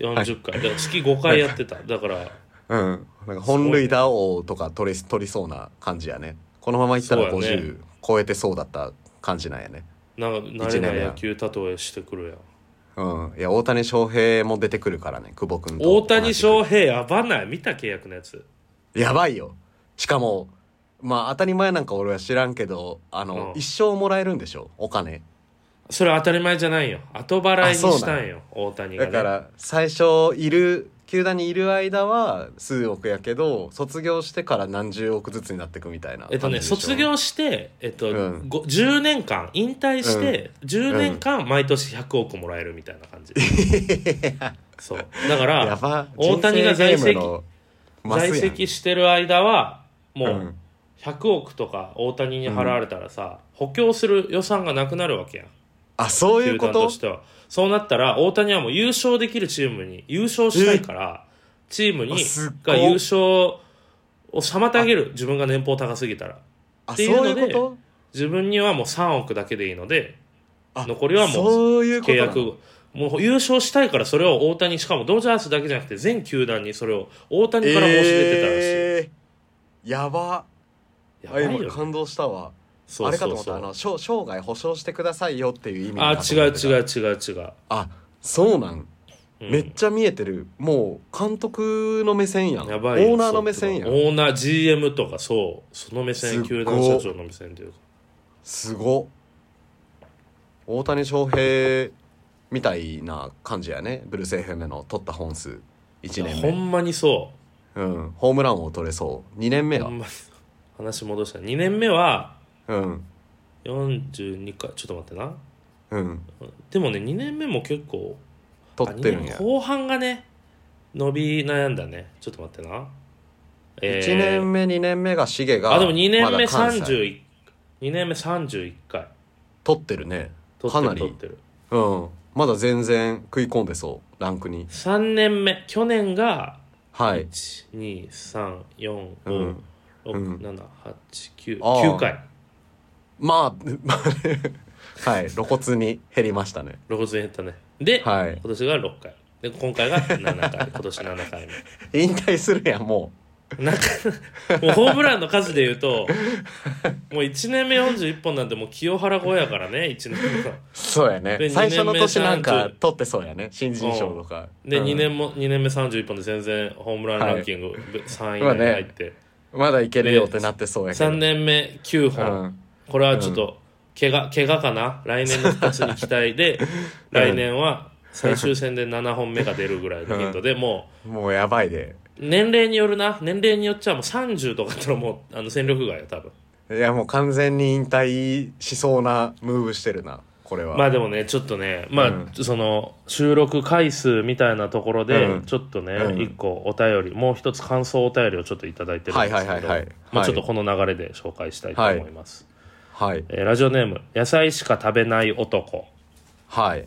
Speaker 1: 40回、だから月5回やってただから
Speaker 2: うんなんか本塁打王とか取り取りそうな感じやねこのままいったら
Speaker 1: そうやね
Speaker 2: 50超えてそうだった感じなんやね
Speaker 1: なんか慣れない野球例えしてくるやん
Speaker 2: うんいや大谷翔平も出てくるからね久保君と
Speaker 1: 大谷
Speaker 2: 平
Speaker 1: 翔平やばない見た契約のやつ
Speaker 2: やばいよしかもまあ当たり前なんか俺は知らんけどあの、
Speaker 1: うん
Speaker 2: 一生もらえるんでしょお金
Speaker 1: それ当たり前じゃないよ後払いに
Speaker 2: あそう
Speaker 1: した
Speaker 2: なん
Speaker 1: よ大谷が、
Speaker 2: だ
Speaker 1: ね、
Speaker 2: から最初いる球団にいる間は数億やけど卒業してから何十億ずつになっていくみたいな
Speaker 1: えっとね、
Speaker 2: 感じでしょ
Speaker 1: 卒業して、えっと
Speaker 2: うん
Speaker 1: ご10年間引退して、10年間毎年100億もらえるみたいな感 じ、そうだか
Speaker 2: や
Speaker 1: ら
Speaker 2: ば
Speaker 1: 大谷が在籍
Speaker 2: 人生ゲームのマスやん
Speaker 1: 在籍してる間はも
Speaker 2: う
Speaker 1: うん100億とか大谷に払われたらさ、補強する予算がなくなるわけやん
Speaker 2: あそういう
Speaker 1: 球
Speaker 2: こ
Speaker 1: 団
Speaker 2: と
Speaker 1: としてはそうなったら大谷はもう優勝できるチームに優勝したいからチームに
Speaker 2: あすっご
Speaker 1: が優勝を妨げる自分が年俸高すぎたら
Speaker 2: あ
Speaker 1: っ
Speaker 2: そ
Speaker 1: て
Speaker 2: う
Speaker 1: いうので
Speaker 2: いうこと
Speaker 1: 自分にはもう3億だけでいいので
Speaker 2: あ
Speaker 1: 残りはもう
Speaker 2: そういうこと
Speaker 1: 契
Speaker 2: なの
Speaker 1: 約もう優勝したいからそれを大谷しかもドジャースだけじゃなくて全球団にそれを大谷から申し出てたらしい、
Speaker 2: えーやば
Speaker 1: や
Speaker 2: あ
Speaker 1: ばいよね
Speaker 2: 今感動したわ
Speaker 1: そうそうそう
Speaker 2: あれかと思ったあの生生涯保証してくださいよっていう意味
Speaker 1: あ
Speaker 2: かと
Speaker 1: 違
Speaker 2: 思
Speaker 1: う
Speaker 2: ってた
Speaker 1: 違う違う違う、
Speaker 2: あそうなん
Speaker 1: うん
Speaker 2: めっちゃ見えてるもう監督の目線やん
Speaker 1: やばいよ
Speaker 2: オーナーの目線や
Speaker 1: オ
Speaker 2: ん
Speaker 1: ーナー GM とかそうその目
Speaker 2: すっ
Speaker 1: 線
Speaker 2: ご
Speaker 1: 球団社長の目線というか
Speaker 2: すごっ大谷翔平みたいな感じやねブルース FM の取った本数1
Speaker 1: いやほ
Speaker 2: 年目
Speaker 1: んまにそ
Speaker 2: うんホームランを取れそう2年目
Speaker 1: うほ
Speaker 2: や
Speaker 1: んまにそう話戻した2年目は
Speaker 2: うん
Speaker 1: 42回ちょっと待ってな
Speaker 2: うん
Speaker 1: でもね2年目も結構
Speaker 2: 取って
Speaker 1: あ
Speaker 2: るんや
Speaker 1: 二年後半がね伸び悩んだねちょっと待ってな、え
Speaker 2: 1年目2年目がシゲが
Speaker 1: あでも2年目
Speaker 2: まだ関西
Speaker 1: 31二年目31回
Speaker 2: 取ってるね
Speaker 1: 取
Speaker 2: か
Speaker 1: って
Speaker 2: な
Speaker 1: る取っ
Speaker 2: り
Speaker 1: てる
Speaker 2: うんまだ全然食い込んでそうランクに
Speaker 1: 3年目去年が
Speaker 2: はいうんうんああ
Speaker 1: 123456789回
Speaker 2: まあ はい露骨に減りましたね
Speaker 1: 露骨に減ったねで、
Speaker 2: はい
Speaker 1: 今年が6回で今回が7回 今年7回
Speaker 2: 引退するやんも
Speaker 1: 目なんかもうホームランの数で言うともう1年目41本なんてもう清原超えやからね1年目は
Speaker 2: うそうやね
Speaker 1: で
Speaker 2: 最初の年
Speaker 1: 二年目
Speaker 2: なんか
Speaker 1: 30
Speaker 2: 取ってそうやね新人賞とか
Speaker 1: で、
Speaker 2: うん
Speaker 1: 2年も2年目31本で全然ホームランランキング3位以内に入って、
Speaker 2: まだいけるよってなってそうやけど
Speaker 1: 3年目9本、
Speaker 2: うん
Speaker 1: これはちょっと怪我怪我かな来年の2つに期待 で来年は最終戦で7本目が出るぐらいの頻度で、も
Speaker 2: もうやばいで
Speaker 1: う年齢によるな年齢によっちゃもう30とかだったらもうあの戦力外よ多分
Speaker 2: いやもう完全に引退しそうなムーブしてるなこれは、
Speaker 1: まあでもねちょっとねまあ、
Speaker 2: う
Speaker 1: その収録回数みたいなところで、
Speaker 2: うん
Speaker 1: ちょっとね、
Speaker 2: うん
Speaker 1: 一個お便りもう一つ感想お便りをちょっといただいてるんですけど、
Speaker 2: はいはいはいはい
Speaker 1: まあ、
Speaker 2: はい
Speaker 1: ちょっとこの流れで紹介したいと思います、
Speaker 2: はい
Speaker 1: えーラジオネーム「野菜しか食べない男
Speaker 2: はい」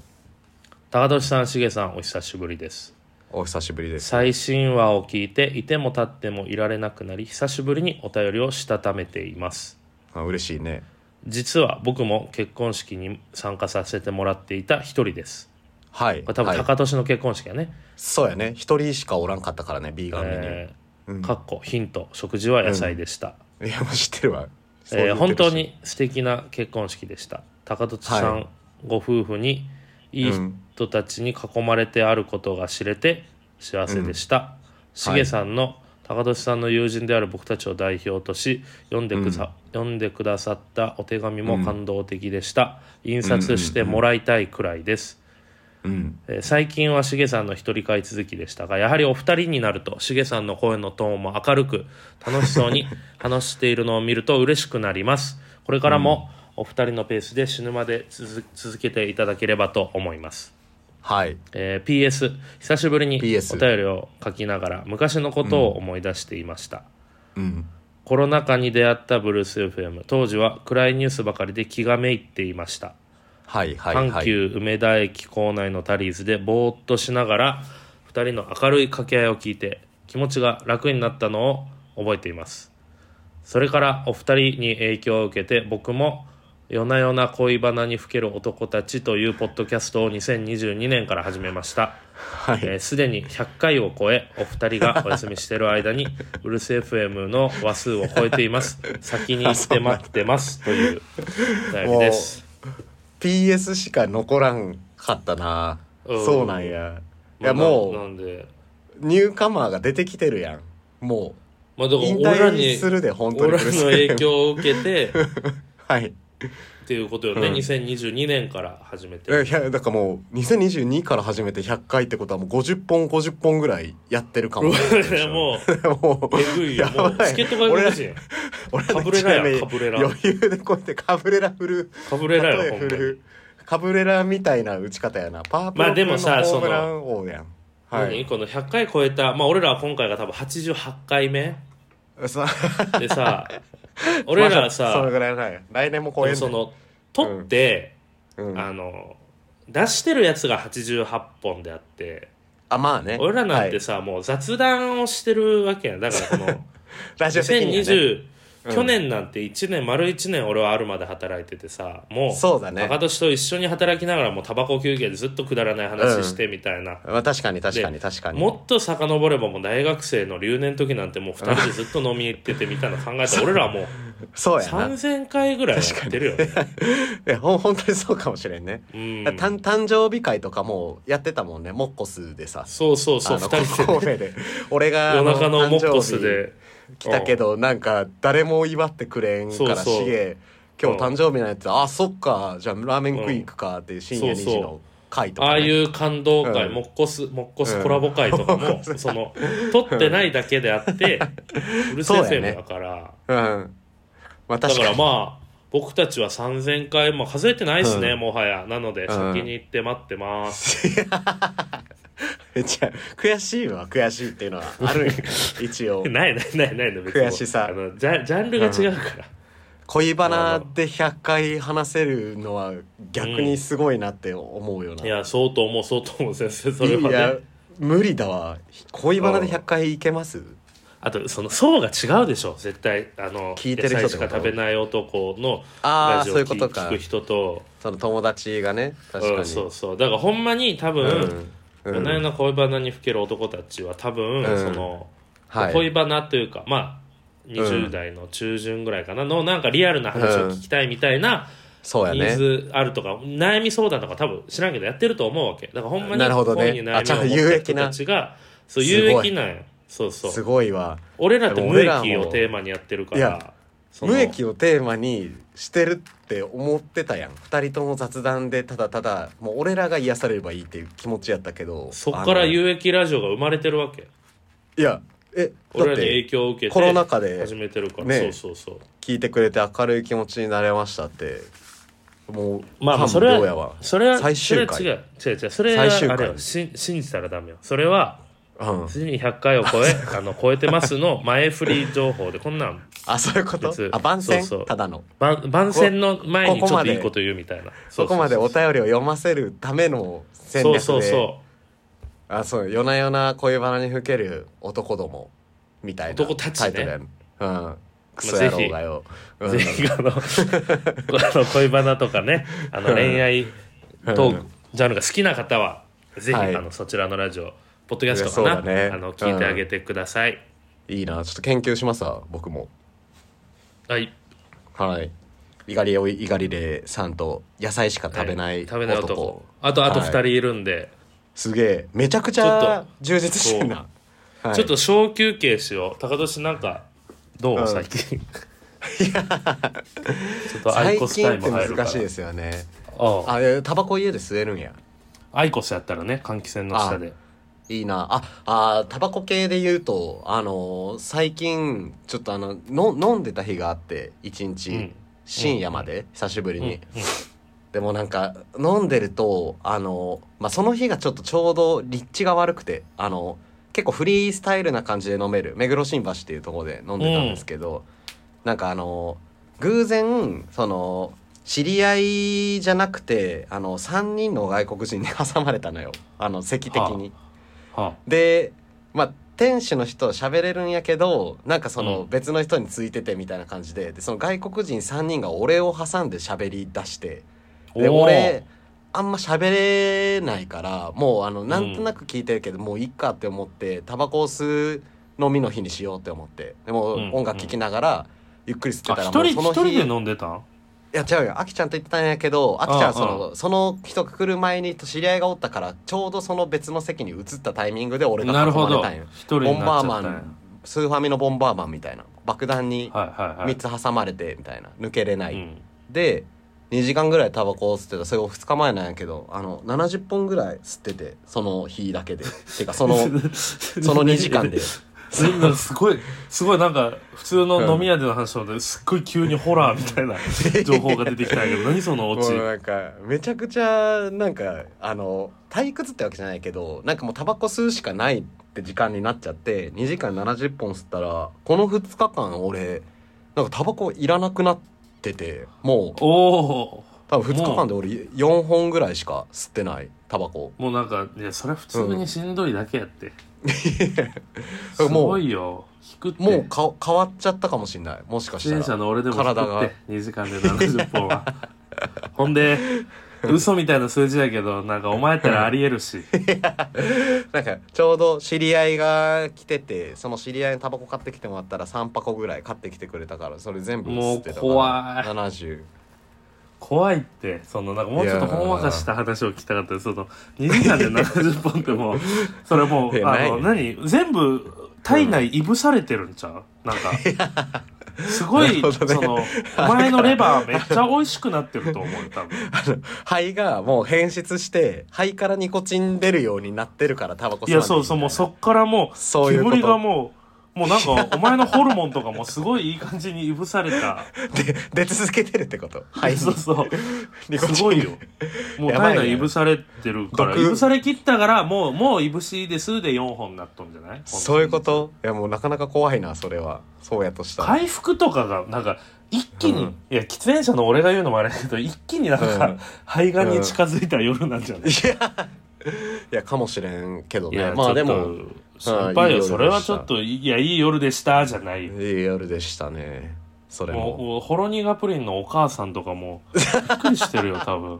Speaker 1: 高俊さんしげさんお久しぶりです
Speaker 2: お久しぶりです
Speaker 1: 最新話を聞いていても立ってもいられなくなり久しぶりにお便りをしたためています
Speaker 2: あ嬉しいね
Speaker 1: 実は僕も結婚式に参加させてもらっていた一人です
Speaker 2: はい
Speaker 1: これ多分
Speaker 2: はい、
Speaker 1: 高俊の結婚式やね、
Speaker 2: そうやね一人しかおらんかったからねビーガンメニュー、
Speaker 1: えーかっこヒント食事は野菜でした、
Speaker 2: いやもう知ってるわそう
Speaker 1: えー
Speaker 2: 言ってる
Speaker 1: 本
Speaker 2: し
Speaker 1: 当に素敵な結婚式でした高俊さん、
Speaker 2: は
Speaker 1: ご夫婦にいい人たちに囲まれてあることが知れて幸せでした、しげさんの、高俊さんの友人である僕たちを代表とし読んでくさ、読んでくださったお手紙も感動的でした、印刷してもらいたいくらいです、
Speaker 2: うん
Speaker 1: えー最近はしげさんの一人会続きでしたがやはりお二人になるとしげさんの声のトーンも明るく楽し そうに話しているのを見ると嬉しくなりますこれからもお二人のペースで死ぬまで続続けていただければと思います、
Speaker 2: はい
Speaker 1: えー PS 久しぶりに
Speaker 2: PS
Speaker 1: お便りを書きながら昔のことを思い出していました、
Speaker 2: うん
Speaker 1: コロナ禍に出会ったブルース FM 当時は暗いニュースばかりで気がめいっていました
Speaker 2: はいはいはい
Speaker 1: 阪急梅田駅構内のタリーズでぼーっとしながら2人の明るい掛け合いを聞いて気持ちが楽になったのを覚えていますそれからお二人に影響を受けて僕も「夜な夜な恋バナにふける男たち」というポッドキャストを2022年から始めました
Speaker 2: はい
Speaker 1: えーすで、に100回を超えお二人がお休みしてる間にうるせ FM の話数を超えています先に行って待ってますというお便りです
Speaker 2: もう PS しか残らんかったな、
Speaker 1: うん
Speaker 2: そうなんやい
Speaker 1: まあな
Speaker 2: や
Speaker 1: な
Speaker 2: も
Speaker 1: んで
Speaker 2: うニューカマーが出てきてるやんも
Speaker 1: まあ、だ
Speaker 2: う
Speaker 1: から
Speaker 2: 引
Speaker 1: 俺ら
Speaker 2: 退
Speaker 1: に
Speaker 2: するで本当
Speaker 1: 俺
Speaker 2: に
Speaker 1: らの影響を受け てっ
Speaker 2: はい
Speaker 1: ていうことよね、
Speaker 2: うん
Speaker 1: 2022年から始めて
Speaker 2: いやいやだからもう2022から始めて100回ってことはもう50本50本ぐらいやってるかも
Speaker 1: もう
Speaker 2: う もう
Speaker 1: えぐいよ
Speaker 2: や
Speaker 1: も
Speaker 2: ばいう
Speaker 1: チケット外国人
Speaker 2: 俺ら
Speaker 1: カ
Speaker 2: の
Speaker 1: ブレラや
Speaker 2: 一年目
Speaker 1: カブレラ
Speaker 2: 余裕でこうやってカブレラ振る
Speaker 1: かぶれら
Speaker 2: 例
Speaker 1: よ
Speaker 2: え
Speaker 1: ほん
Speaker 2: 振
Speaker 1: まに
Speaker 2: るカブレラみたいな打ち方やなパープ
Speaker 1: まあ
Speaker 2: ル
Speaker 1: で
Speaker 2: 風
Speaker 1: も
Speaker 2: のホ
Speaker 1: さ
Speaker 2: ームラン王やん、はい
Speaker 1: 何この100回超えた、まあ、俺らは今回が多分88回目
Speaker 2: さ
Speaker 1: でさ 俺らは
Speaker 2: まあそ
Speaker 1: さ
Speaker 2: れぐらいない来年も超え
Speaker 1: で
Speaker 2: ん
Speaker 1: も
Speaker 2: ね
Speaker 1: その撮って、
Speaker 2: うん
Speaker 1: あの出してるやつが88本であって
Speaker 2: あまあね
Speaker 1: 俺らなんて
Speaker 2: はい
Speaker 1: さ、もう雑談をしてるわけやんだからこの。
Speaker 2: ラジオ的にはね
Speaker 1: 2020、去年なんて1年丸1年俺はあるまで働いててさもう
Speaker 2: そうだね
Speaker 1: 高年と一緒に働きながらもうタバコ休憩でずっとくだらない話してみたいな、
Speaker 2: まあ確かに確かに確かに
Speaker 1: もっと遡ればもう大学生の留年の時なんてもう2人でずっと飲み行っててみたいな考え たら俺らはもう
Speaker 2: そうやな
Speaker 1: 3000回ぐらいやってるよ ね、
Speaker 2: えほん 本当にそうかもしれんね、
Speaker 1: うん、
Speaker 2: たん誕生日会とかもやってたもんねモッコスでさ
Speaker 1: そうそうそう
Speaker 2: あの
Speaker 1: 2人で
Speaker 2: 神戸で俺があ
Speaker 1: 夜中のモッコス
Speaker 2: 誕
Speaker 1: で
Speaker 2: 生日来たけどなんか誰も祝ってくれんから
Speaker 1: そうそう
Speaker 2: しげ今日誕生日なんやつあそっかじゃあラーメン食い行くかっていう深夜2
Speaker 1: そう
Speaker 2: 時
Speaker 1: そう
Speaker 2: の会とか、ね、
Speaker 1: ああいう感動会、
Speaker 2: うん
Speaker 1: モッコスモッコスコラボ会とか も、その撮ってないだけであって、うるせえ
Speaker 2: そうやね
Speaker 1: FM だから
Speaker 2: うんまあ
Speaker 1: だ
Speaker 2: 確
Speaker 1: か
Speaker 2: からに
Speaker 1: まあ僕たちは3000回も数えてないですね、
Speaker 2: うん
Speaker 1: もはやなので先に行って待ってます、
Speaker 2: めっちゃ悔しいわ悔しいっていうのは あるんよ一応
Speaker 1: ないないないないの別に
Speaker 2: 悔しさ
Speaker 1: あのジャジャンルが違うから、
Speaker 2: 恋バナで100回話せるのは逆にすごいなって思うよな、
Speaker 1: いやそうと思うそうと思う先生それはい
Speaker 2: や
Speaker 1: ね
Speaker 2: 無理だわ恋バナで100回いけます
Speaker 1: あとその層が違うでしょ絶対あの
Speaker 2: 聞いてる人
Speaker 1: 野
Speaker 2: ってこと
Speaker 1: 菜しか食べない男の
Speaker 2: あー
Speaker 1: ラジオ
Speaker 2: そ
Speaker 1: を
Speaker 2: ういうこと
Speaker 1: 聞
Speaker 2: か
Speaker 1: 聞く人と
Speaker 2: その友達がね確かに、
Speaker 1: うん、そうそうだからほんまに多分、
Speaker 2: うん
Speaker 1: 夜な夜な恋バナにふける男たちは多分、
Speaker 2: うん
Speaker 1: その、
Speaker 2: はい
Speaker 1: 恋バナというかまあ20代の中旬ぐらいかなのなんかリアルな話を聞きたいみたいな
Speaker 2: そうや
Speaker 1: ニー
Speaker 2: ね
Speaker 1: ズあるとか、悩み相談とか多分知らんけどやってると思うわけだからほんまに
Speaker 2: なるほどね
Speaker 1: 恋に
Speaker 2: あちゃ
Speaker 1: 悩
Speaker 2: んと
Speaker 1: みを持
Speaker 2: 有
Speaker 1: った
Speaker 2: 益
Speaker 1: 人
Speaker 2: な
Speaker 1: たちがそう
Speaker 2: すご
Speaker 1: 有
Speaker 2: い
Speaker 1: 益なんよそうそ
Speaker 2: す
Speaker 1: う
Speaker 2: ごいわ
Speaker 1: 俺らって
Speaker 2: でも
Speaker 1: 無
Speaker 2: 俺らも
Speaker 1: 益をテーマにやってるか
Speaker 2: い
Speaker 1: ら
Speaker 2: や
Speaker 1: その
Speaker 2: 無益をテーマにしてるって思ってたやん二人とも雑談でただただもう俺らが癒されればいいっていう気持ちやったけど
Speaker 1: そっから
Speaker 2: あのい
Speaker 1: 有益ラジオが生まれてるわけ
Speaker 2: やえだっ
Speaker 1: 俺らに影
Speaker 2: て
Speaker 1: 響を受けて
Speaker 2: コロナ禍で
Speaker 1: 始めてるから、
Speaker 2: ね
Speaker 1: そうそうそう
Speaker 2: 聞いてくれて明るい気持ちになれましたってもう
Speaker 1: まあまあ
Speaker 2: 感
Speaker 1: それ
Speaker 2: 無量やわ
Speaker 1: はそれは
Speaker 2: 最終回
Speaker 1: それは違う違う違うそれは
Speaker 2: 最終回
Speaker 1: あれよし信じたらダメよそれは
Speaker 2: うん
Speaker 1: すでに100回を超 えあの超えてますの前振り情報でこんなん
Speaker 2: あそういうこと
Speaker 1: 別
Speaker 2: あ番宣
Speaker 1: そうそう
Speaker 2: ただの
Speaker 1: 番番宣の前に
Speaker 2: こ
Speaker 1: ち
Speaker 2: こ
Speaker 1: ょ
Speaker 2: ま
Speaker 1: っと
Speaker 2: で
Speaker 1: いいこと言うみたいな
Speaker 2: そこまでお
Speaker 1: り
Speaker 2: 便りを読ませるための戦略
Speaker 1: そう
Speaker 2: で
Speaker 1: そうそ
Speaker 2: あそう夜な夜な恋バナにふける男どもみたいな
Speaker 1: 男たち
Speaker 2: タ
Speaker 1: ね
Speaker 2: イトルやん、うんクソ野郎がよ、
Speaker 1: う
Speaker 2: うん
Speaker 1: ぜひあのこの恋バナとかねあの恋愛トー
Speaker 2: う
Speaker 1: クジャンルが好きな方はぜひ、
Speaker 2: はい
Speaker 1: あのそちらのラジオポッドキャストかな、
Speaker 2: いやそうだね
Speaker 1: あの聞いてあげてください、
Speaker 2: いいなちょっと研究しますわ僕も
Speaker 1: はい
Speaker 2: はいイガリオイガリレさんと野菜しか食べない男,、
Speaker 1: 食べない男あとあと
Speaker 2: は
Speaker 1: 2
Speaker 2: い
Speaker 1: 人いるんで、
Speaker 2: すげえめちゃくち
Speaker 1: ちょ
Speaker 2: ゃ
Speaker 1: っと
Speaker 2: 充実してんな、はい
Speaker 1: ちょっと小休憩しよう高年なんかどう、
Speaker 2: うん
Speaker 1: 最近 いやちょっとアイ
Speaker 2: 最
Speaker 1: コスタ
Speaker 2: 近
Speaker 1: イ
Speaker 2: って
Speaker 1: ム入るか
Speaker 2: 難
Speaker 1: ら
Speaker 2: しいですよね
Speaker 1: ああ
Speaker 2: あえタバコ家で吸えるんや
Speaker 1: アイコスやったらね換気扇の下で
Speaker 2: いいなああータバコ系で言うとあのー最近ちょっとあのの飲んでた日があって一日、
Speaker 1: うん
Speaker 2: 深夜まで、久しぶりに、
Speaker 1: うん
Speaker 2: でもなんか飲んでるとあのー、まあ、その日がちょっとちょうど立地が悪くてあの結構フリースタイルな感じで飲める目黒新橋っていうところで飲んでたんですけど、なんかあのー偶然その知り合いじゃなくてあの3人の外国人に挟まれたのよあの席的に。
Speaker 1: は
Speaker 2: でまあ店主の人は喋れるんやけどなんかその
Speaker 1: うん
Speaker 2: 別の人についててみたいな感じででその外国人3人が俺を挟んで喋り出して
Speaker 1: あ
Speaker 2: で
Speaker 1: おー
Speaker 2: 俺あんま喋れないからもうあのなんとなく聞いてるけど、もういっかって思ってタバコを吸う飲みの日にしようって思ってでも
Speaker 1: うん
Speaker 2: 音楽聴きながらゆっくり吸ってた
Speaker 1: あ
Speaker 2: ら
Speaker 1: 一
Speaker 2: もう
Speaker 1: 人
Speaker 2: そ
Speaker 1: 一
Speaker 2: の
Speaker 1: 人で
Speaker 2: 日
Speaker 1: 飲んでたん
Speaker 2: いや違うよ、あきちゃんと言ってたんやけど、あきちゃんはそ
Speaker 1: あ
Speaker 2: の、その人が来る前に知り合いがおったから、ちょうどその別の席に移ったタイミングで俺が
Speaker 1: なる
Speaker 2: 囲
Speaker 1: ほ
Speaker 2: まれ
Speaker 1: ど
Speaker 2: たんよ。
Speaker 1: 一人
Speaker 2: ボ
Speaker 1: に
Speaker 2: ン
Speaker 1: な
Speaker 2: バ
Speaker 1: っ
Speaker 2: ー
Speaker 1: ちゃ
Speaker 2: マ
Speaker 1: ったんや
Speaker 2: ン、スーファミのボンバーマンみたいな。爆弾に
Speaker 1: はいはいはい
Speaker 2: 3つ挟まれて、みたいな。抜けれな
Speaker 1: う
Speaker 2: い。
Speaker 1: ん
Speaker 2: で、2時間ぐらいタバコを吸ってた。それを2日前なんやけど、あの、70本ぐらい吸ってて、その日だけで。てか、そ の、
Speaker 1: そ
Speaker 2: その2時間で。
Speaker 1: すごいすごいなんか普通の飲み屋での話なのですっごい急にホラーみたいな情報が出てきたんやけど何そのオ チ
Speaker 2: もうなんかめちゃくちゃなんかあの退屈ってわけじゃないけどなんかもうタバコ吸うしかないって時間になっちゃって2時間70本吸ったらこの2日間俺なんかタバコいらなくなっててもう
Speaker 1: おお
Speaker 2: 多分2日間で俺4本ぐらいしか吸ってないタバコ
Speaker 1: もうなんかいやそれ普通にしんどいだけやって、
Speaker 2: うん
Speaker 1: すごいよ引くって
Speaker 2: もうか変わっちゃったかもしんないもしかし
Speaker 1: 自転
Speaker 2: た
Speaker 1: 車
Speaker 2: ら
Speaker 1: の俺でも引くって
Speaker 2: 体が
Speaker 1: 2時間で70本はほんで嘘みたいな数字やけどなんかお前やったらありえるし
Speaker 2: なんかちょうど知り合いが来ててその知り合いにタバコ買ってきてもらったら3箱ぐらい買ってきてくれたからそれ全部吸ってたから
Speaker 1: もう怖い
Speaker 2: 70
Speaker 1: 怖いってそのなんかもうちょっとほんわかした話を聞きたかったですその2時間で70本って もうそれもう
Speaker 2: いや
Speaker 1: あ
Speaker 2: ない
Speaker 1: の何全部体内いぶされてるんちゃうなんかすごい、
Speaker 2: なるほどね
Speaker 1: そのお前のレバーめっちゃ美味しくなってると思う多分
Speaker 2: 肺がもう変質して肺からニコチン出るようになってるからタバコ
Speaker 1: い
Speaker 2: 吸わ
Speaker 1: や
Speaker 2: なきゃ
Speaker 1: そうそうもうそっからもう
Speaker 2: そういうこと
Speaker 1: 木彫りがもうもうなんかお前のホルモンとかもすごいいい感じにいぶされた
Speaker 2: で出続けてるってこと肺に
Speaker 1: そうそう
Speaker 2: ニコチン
Speaker 1: すごい よもう
Speaker 2: やばい
Speaker 1: 体
Speaker 2: ね
Speaker 1: 内いぶされてるからい
Speaker 2: 毒
Speaker 1: ぶされきったからもうもういぶしですで4本になっとんじゃない
Speaker 2: そういうこといやもうなかなか怖いなそれはそうやとしたら
Speaker 1: 回復とかがなんか一気に、
Speaker 2: うん
Speaker 1: いや喫煙者の俺が言うのもあれだけど一気になんか、
Speaker 2: うん
Speaker 1: 肺がんに近づいた夜なんじゃない、
Speaker 2: いやかもしれんけど
Speaker 1: い
Speaker 2: ね
Speaker 1: や
Speaker 2: まあで
Speaker 1: ちょっ
Speaker 2: も
Speaker 1: と心配よ、
Speaker 2: うんいい夜でした
Speaker 1: それはちょっといやいい夜でしたじゃないよ
Speaker 2: いい夜でしたねそれ
Speaker 1: もう
Speaker 2: も
Speaker 1: もうホロニガプリンのお母さんとかもびっくりしてる よ多分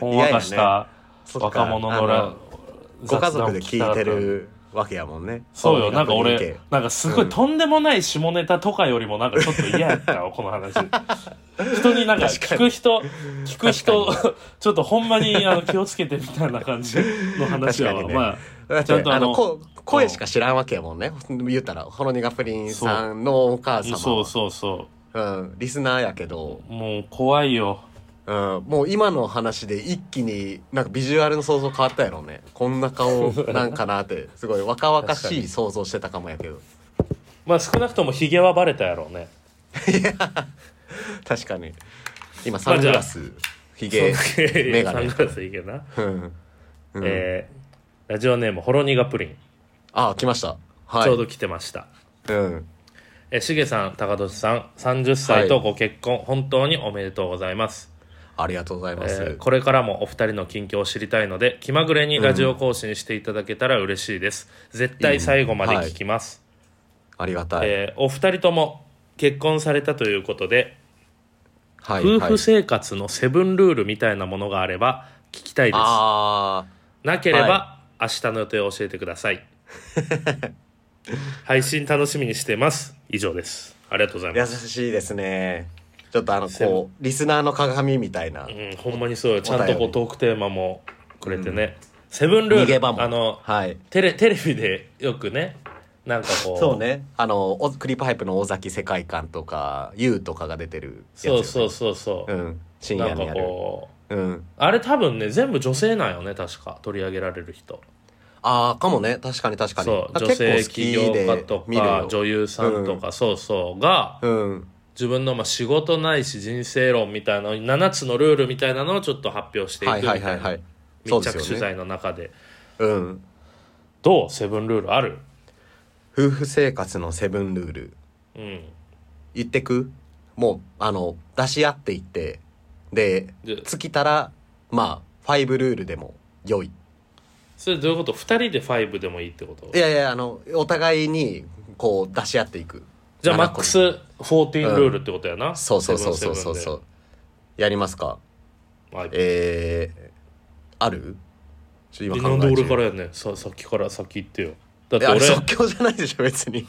Speaker 1: ほんわかし
Speaker 2: いや
Speaker 1: た
Speaker 2: そっか
Speaker 1: 若者
Speaker 2: あ
Speaker 1: のら
Speaker 2: ご家族
Speaker 1: 雑談を
Speaker 2: で聞いて
Speaker 1: きたかった
Speaker 2: るわけやもんね
Speaker 1: そうよなんか
Speaker 2: その
Speaker 1: 俺
Speaker 2: 中
Speaker 1: なんかすご
Speaker 2: う
Speaker 1: い
Speaker 2: ん
Speaker 1: とんでもない下ネタとかよりもなんかちょっと嫌やったわこの 話人になんか
Speaker 2: 確か
Speaker 1: 聞
Speaker 2: に
Speaker 1: く人聞く人 ちょっとほんまにあの気をつけてみたいな感じの話やわ、
Speaker 2: 確かにね
Speaker 1: ま
Speaker 2: だ
Speaker 1: あ
Speaker 2: っ
Speaker 1: ちゃん
Speaker 2: て
Speaker 1: と
Speaker 2: あ
Speaker 1: あ
Speaker 2: の
Speaker 1: の
Speaker 2: こ声しか知らんわけやもんね言ったらほろ苦プリンさんのお母様は
Speaker 1: そうそうそ
Speaker 2: うん、リスナーやけど、
Speaker 1: うもう怖いよ
Speaker 2: うん、もう今の話で一気になんかビジュアルの想像変わったやろうねこんな顔なんかな ってすごい若々しい想像してたかもやけど
Speaker 1: まあ少なくともヒゲはバレたやろうね
Speaker 2: 確かに今サングラスひげ
Speaker 1: そんな
Speaker 2: メガネ
Speaker 1: サングラスいけな、
Speaker 2: うんうん
Speaker 1: えーラジオネームほろ苦プリン、
Speaker 2: あ来ましたはい
Speaker 1: ちょうど来てました
Speaker 2: うん
Speaker 1: えーしげさん高俊さん30歳とご結婚、本当におめでとうございます、
Speaker 2: ありがとうござ
Speaker 1: え
Speaker 2: います、
Speaker 1: ーこれからもお二人の近況を知りたいので気まぐれにラジオ更新していただけたら嬉しいです、絶対最後まで聞きます、
Speaker 2: ありがたい、
Speaker 1: えーお二人とも結婚されたということで、
Speaker 2: はい
Speaker 1: 夫婦生活のセブンルールみたいなものがあれば聞きたいです
Speaker 2: あ
Speaker 1: なければ、
Speaker 2: は
Speaker 1: 明日の予定を教えてください 配信楽しみにしてます以上ですありがとうござい
Speaker 2: あ優
Speaker 1: ます、
Speaker 2: しいですねちょっとあの
Speaker 1: セブ
Speaker 2: こうリスナーの鏡みたいな、
Speaker 1: うん、ほんまにそうよちゃんとこ
Speaker 2: お便
Speaker 1: う
Speaker 2: り
Speaker 1: トークテーマもくれてね、セブンルール
Speaker 2: 逃げ場も
Speaker 1: あの
Speaker 2: はい
Speaker 1: テレテレビでよくねなんかこう
Speaker 2: そうねあのおクリープハイプの尾崎世界観とか YOU とかが出てるやつよ
Speaker 1: そ
Speaker 2: ね、
Speaker 1: うそうそうそう、
Speaker 2: うん深
Speaker 1: な
Speaker 2: 夜
Speaker 1: ん
Speaker 2: に
Speaker 1: か
Speaker 2: やる
Speaker 1: こう
Speaker 2: うん
Speaker 1: あれ多分ね全部女性なんよね確か取り上げられる人
Speaker 2: ああかもね確かに確かに
Speaker 1: そう
Speaker 2: あ
Speaker 1: 女性
Speaker 2: 結構
Speaker 1: 起
Speaker 2: 好き
Speaker 1: 業
Speaker 2: で
Speaker 1: 家と
Speaker 2: 見る
Speaker 1: か
Speaker 2: よ
Speaker 1: 女優さんとか、そうそうが
Speaker 2: うん
Speaker 1: 自分のまあ仕事ないし人生論みたいな7つのルールみたいなのをちょっと発表していく
Speaker 2: は
Speaker 1: み
Speaker 2: い
Speaker 1: た
Speaker 2: はいいはいは
Speaker 1: ない
Speaker 2: そう
Speaker 1: 密
Speaker 2: です
Speaker 1: 着取
Speaker 2: よね
Speaker 1: 材の中で
Speaker 2: うん
Speaker 1: どうセブンルールある
Speaker 2: 夫婦生活のセブンルール
Speaker 1: うん
Speaker 2: 言ってくもうあの出し合っていってで
Speaker 1: で
Speaker 2: 尽きたらまあ5ルールでも良い
Speaker 1: それどういうこと2人で5でもいいってこと
Speaker 2: いやいやあのお互いにこう出し合っていく
Speaker 1: じゃあマ
Speaker 2: 七
Speaker 1: ッ
Speaker 2: 個
Speaker 1: クス14ルールってことやな、
Speaker 2: そうそうそうそうそうそううやりますかえー、あるちょっと
Speaker 1: なんで俺かららやねんささっきからさっき言ってよだっ
Speaker 2: い
Speaker 1: て
Speaker 2: や
Speaker 1: 俺
Speaker 2: 即興じゃないでしょ別 に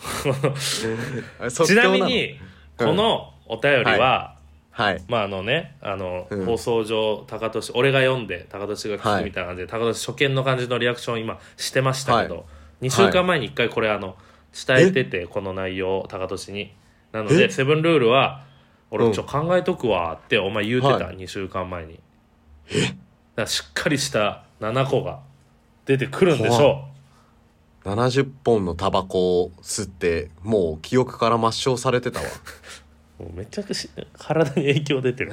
Speaker 2: あれ即
Speaker 1: ち
Speaker 2: 興
Speaker 1: な
Speaker 2: の
Speaker 1: みにこのお便りは、
Speaker 2: はい
Speaker 1: まああのねあの、
Speaker 2: うん
Speaker 1: 放送上高俊俺が読んで高俊が聞くみたいな感じで、高俊初見の感じのリアクションを今してましたけど、
Speaker 2: は
Speaker 1: 2週間前に1回これあの伝えててこの内容を高俊になので「
Speaker 2: え
Speaker 1: セブンルールは
Speaker 2: う
Speaker 1: 俺
Speaker 2: ん
Speaker 1: ちょっと考えとくわ」ってお前言うてた、
Speaker 2: は
Speaker 1: 2週間前にえしっかりした7個が出てくるんでしょ
Speaker 2: 70本のタバコを吸ってもう記憶から抹消されてた わ
Speaker 1: うもうめちゃくちゃ体に影響出てる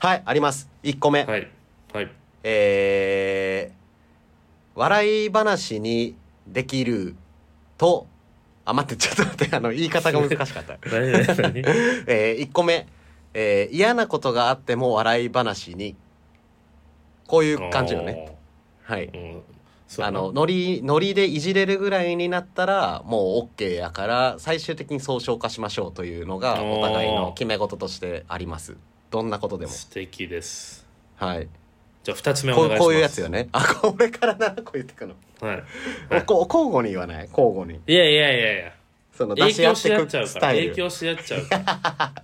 Speaker 2: はいあります1個目、
Speaker 1: はいはい
Speaker 2: えー、笑い話にできるとあ待ってちょっと待ってあの言い方が難しかった
Speaker 1: 何何何
Speaker 2: えー、1個目、えー嫌なことがあっても笑い話にこう いう感じのねはい
Speaker 1: うんそう
Speaker 2: あ
Speaker 1: やな
Speaker 2: のノリノリでいじれるぐらいになったらもう OK やから最終的に総称化しましょうというのが
Speaker 1: おー
Speaker 2: お互いの決め事としてありますどんなことでも
Speaker 1: 素敵です
Speaker 2: はい
Speaker 1: じゃあ2つ目お願
Speaker 2: こ
Speaker 1: いしま
Speaker 2: う
Speaker 1: す
Speaker 2: こういうやつよねあこれから7個言ってくの、
Speaker 1: はい
Speaker 2: おこう交互に言わない交互に
Speaker 1: いやいやいやいや
Speaker 2: その出
Speaker 1: 影
Speaker 2: し合
Speaker 1: 響
Speaker 2: っ
Speaker 1: して合っ
Speaker 2: く
Speaker 1: ちゃう
Speaker 2: ス
Speaker 1: から
Speaker 2: タイ
Speaker 1: 影
Speaker 2: ル
Speaker 1: 響し合っちゃうから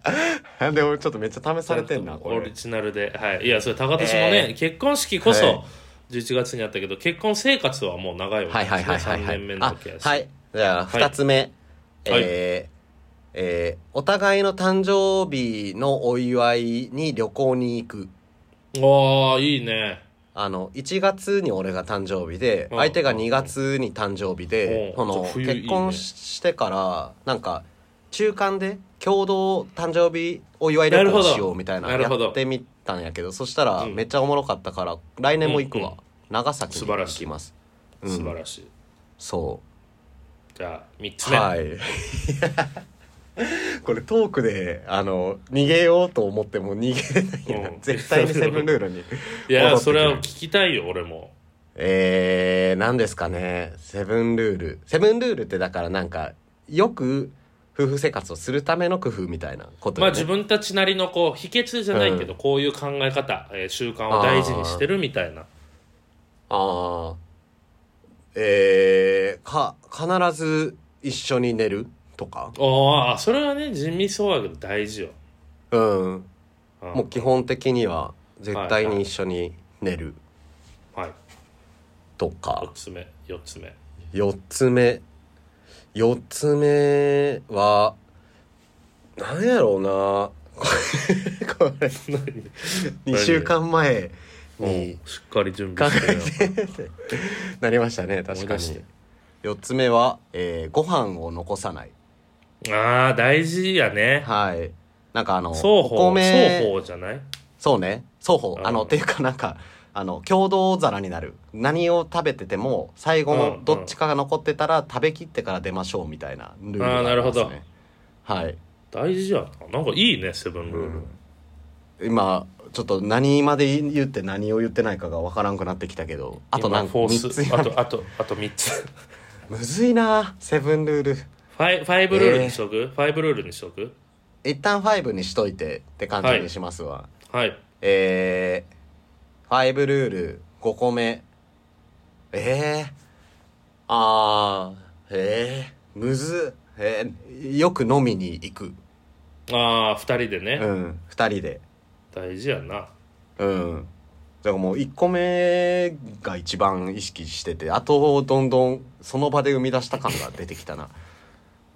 Speaker 2: でもちょっとめっちゃ試されてんなこ
Speaker 1: オ
Speaker 2: れ
Speaker 1: リジナルではいいやそれ高田氏もね、
Speaker 2: え
Speaker 1: 結婚式こそ、
Speaker 2: はい
Speaker 1: 11月にあったけど結婚生活はもう長いわけ
Speaker 2: はいはいはいはい
Speaker 1: 3
Speaker 2: はい
Speaker 1: 年目の
Speaker 2: あ
Speaker 1: 時やし、
Speaker 2: はいじゃあ2つ目、えーえーお互いの誕生日のお祝いに旅行に行く
Speaker 1: おーいいね
Speaker 2: あの1月に俺が誕生日で
Speaker 1: うん
Speaker 2: 相手が2月に誕生日で
Speaker 1: う
Speaker 2: そ
Speaker 1: ん
Speaker 2: の
Speaker 1: じゃあ冬いいね
Speaker 2: 結婚してからなんか中間で共同誕生日お祝い旅行しようみたいな
Speaker 1: なる
Speaker 2: や
Speaker 1: ほど
Speaker 2: ってみたんやけどそしたら
Speaker 1: うん
Speaker 2: めっちゃおもろかったから来年も行く
Speaker 1: うん
Speaker 2: わ
Speaker 1: うん
Speaker 2: 長崎に
Speaker 1: 素晴ら
Speaker 2: 行
Speaker 1: しい
Speaker 2: きますうん
Speaker 1: 素晴らしい、
Speaker 2: そ
Speaker 1: じゃあ3つ
Speaker 2: う
Speaker 1: 目、
Speaker 2: はい これトークであの逃げようと思っても逃げれないな
Speaker 1: うん
Speaker 2: 絶対にセブンルールに
Speaker 1: い、や
Speaker 2: 戻ってくる
Speaker 1: それは聞きたいよ俺も
Speaker 2: えー、何ですかね。セブンルール。セブンルールってだからなんか、よく夫婦生活をするための工夫みたいなこと
Speaker 1: まあ
Speaker 2: よね、
Speaker 1: 自分たちなりのこう秘訣じゃないけど、こういう考え方、えー習慣を大事にしてるみたいな
Speaker 2: ああ。えー、か、必ず一緒に寝るとか。
Speaker 1: ああそれはね地味そうやけど大事よ、
Speaker 2: うん。
Speaker 1: うん
Speaker 2: もう基本的には絶対に一緒に寝る
Speaker 1: はい
Speaker 2: とか。
Speaker 1: 4つ目4つ目
Speaker 2: 4つ目4つ目はなん やろうなこれ2週間前に
Speaker 1: しっかり準備してるよ
Speaker 2: なりましたね確
Speaker 1: 思
Speaker 2: か
Speaker 1: い出し
Speaker 2: に
Speaker 1: て
Speaker 2: 4つ目は、えーご飯を残さない
Speaker 1: ああ大事やね
Speaker 2: はいなんかあの
Speaker 1: 双
Speaker 2: お
Speaker 1: 方双
Speaker 2: 米
Speaker 1: 方じゃない
Speaker 2: そうね双方
Speaker 1: うん
Speaker 2: あのっていうかなんかあの共同皿になる何を食べてても最後
Speaker 1: うんう
Speaker 2: の
Speaker 1: ん
Speaker 2: どっちかが残ってたら食べきってから出ましょうみたいなルールが
Speaker 1: あーなるほど
Speaker 2: ありますねはい
Speaker 1: 大事じゃんなんかいいねセブンルール、
Speaker 2: 今ちょっと何まで言って何を言ってないかが分からんくなってきたけどあとなん
Speaker 1: 今
Speaker 2: か
Speaker 1: フォ
Speaker 2: 3つ
Speaker 1: ース
Speaker 2: や
Speaker 1: あ
Speaker 2: る
Speaker 1: とあとあと3つ
Speaker 2: むずいなセブンルール
Speaker 1: ファイファイブルールにしとく、ファイブルールにしとく
Speaker 2: 一旦5にしといてって感じにしますわ、
Speaker 1: はい
Speaker 2: えー、5ルール5個目えー、あーえー、むずっえー、よく飲みに行く
Speaker 1: ああ2人でね、
Speaker 2: うん2人で
Speaker 1: 大事やな
Speaker 2: うんだからもう1個目が一番意識しててあとどんどんその場で生み出した感が出てきたな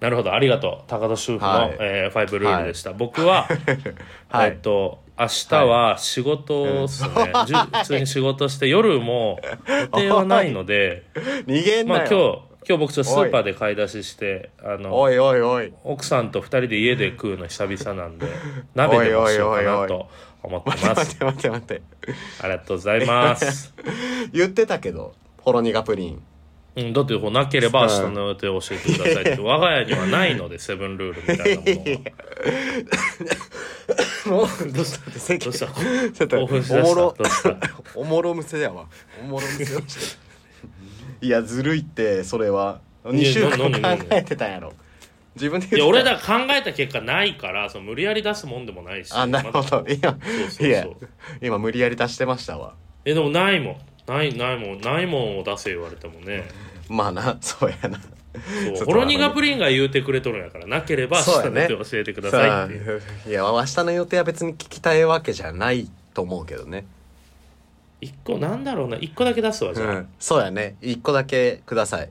Speaker 1: なるほどありがとう高田修夫の、
Speaker 2: はい
Speaker 1: えーファイブルールでした、僕 は、
Speaker 2: はい
Speaker 1: えっと明日は仕事ですね、 じゅ普通に仕事して夜も予定はないの で
Speaker 2: 逃げん
Speaker 1: まあ
Speaker 2: な
Speaker 1: 今日
Speaker 2: よ、
Speaker 1: 今日僕ちょっとスーパーで買い出ししてあの
Speaker 2: おいおいおい
Speaker 1: 奥さんと2人で家で食うの久々なんで鍋でもしようかなと思って
Speaker 2: 待って
Speaker 1: ま
Speaker 2: 待っ
Speaker 1: す
Speaker 2: て待って待って
Speaker 1: ありがとうござい ます、
Speaker 2: 言ってたけどほろ苦プリ ン
Speaker 1: うん、だってこうなければ明日の予定を教えてくださいって我が家にはないのでセブンルールみたいなもの は
Speaker 2: もうどうしたって
Speaker 1: どう した
Speaker 2: ちょっと
Speaker 1: 興奮しだ
Speaker 2: お
Speaker 1: し
Speaker 2: も
Speaker 1: たどう
Speaker 2: ろ
Speaker 1: した
Speaker 2: おもろむせやわおもろむせをしていやずるいってそれはい
Speaker 1: や
Speaker 2: 2週間
Speaker 1: なな
Speaker 2: 考えてたんやろ自分で言ってた
Speaker 1: いや俺だから考えた結果ないからその無理やり出すもんでもないし
Speaker 2: あなるほ
Speaker 1: ま
Speaker 2: どいや
Speaker 1: そうそうそう
Speaker 2: いや今無理やり出してましたわ
Speaker 1: えでもないもんないないもんないもんを出せ言われてもね
Speaker 2: まあな そうやな
Speaker 1: そ
Speaker 2: そうう
Speaker 1: ホロニガプリンが言うてくれとるんやからなければ
Speaker 2: そう
Speaker 1: 下
Speaker 2: や
Speaker 1: の
Speaker 2: ね
Speaker 1: 手を教えてくだ
Speaker 2: さ
Speaker 1: さい
Speaker 2: あ
Speaker 1: っていう
Speaker 2: いや明日の予定は別に聞きたいわけじゃないと思うけどね
Speaker 1: 一個なんだろうな一個だけ出すわじ
Speaker 2: う
Speaker 1: ゃあ
Speaker 2: んそうやね一個だけください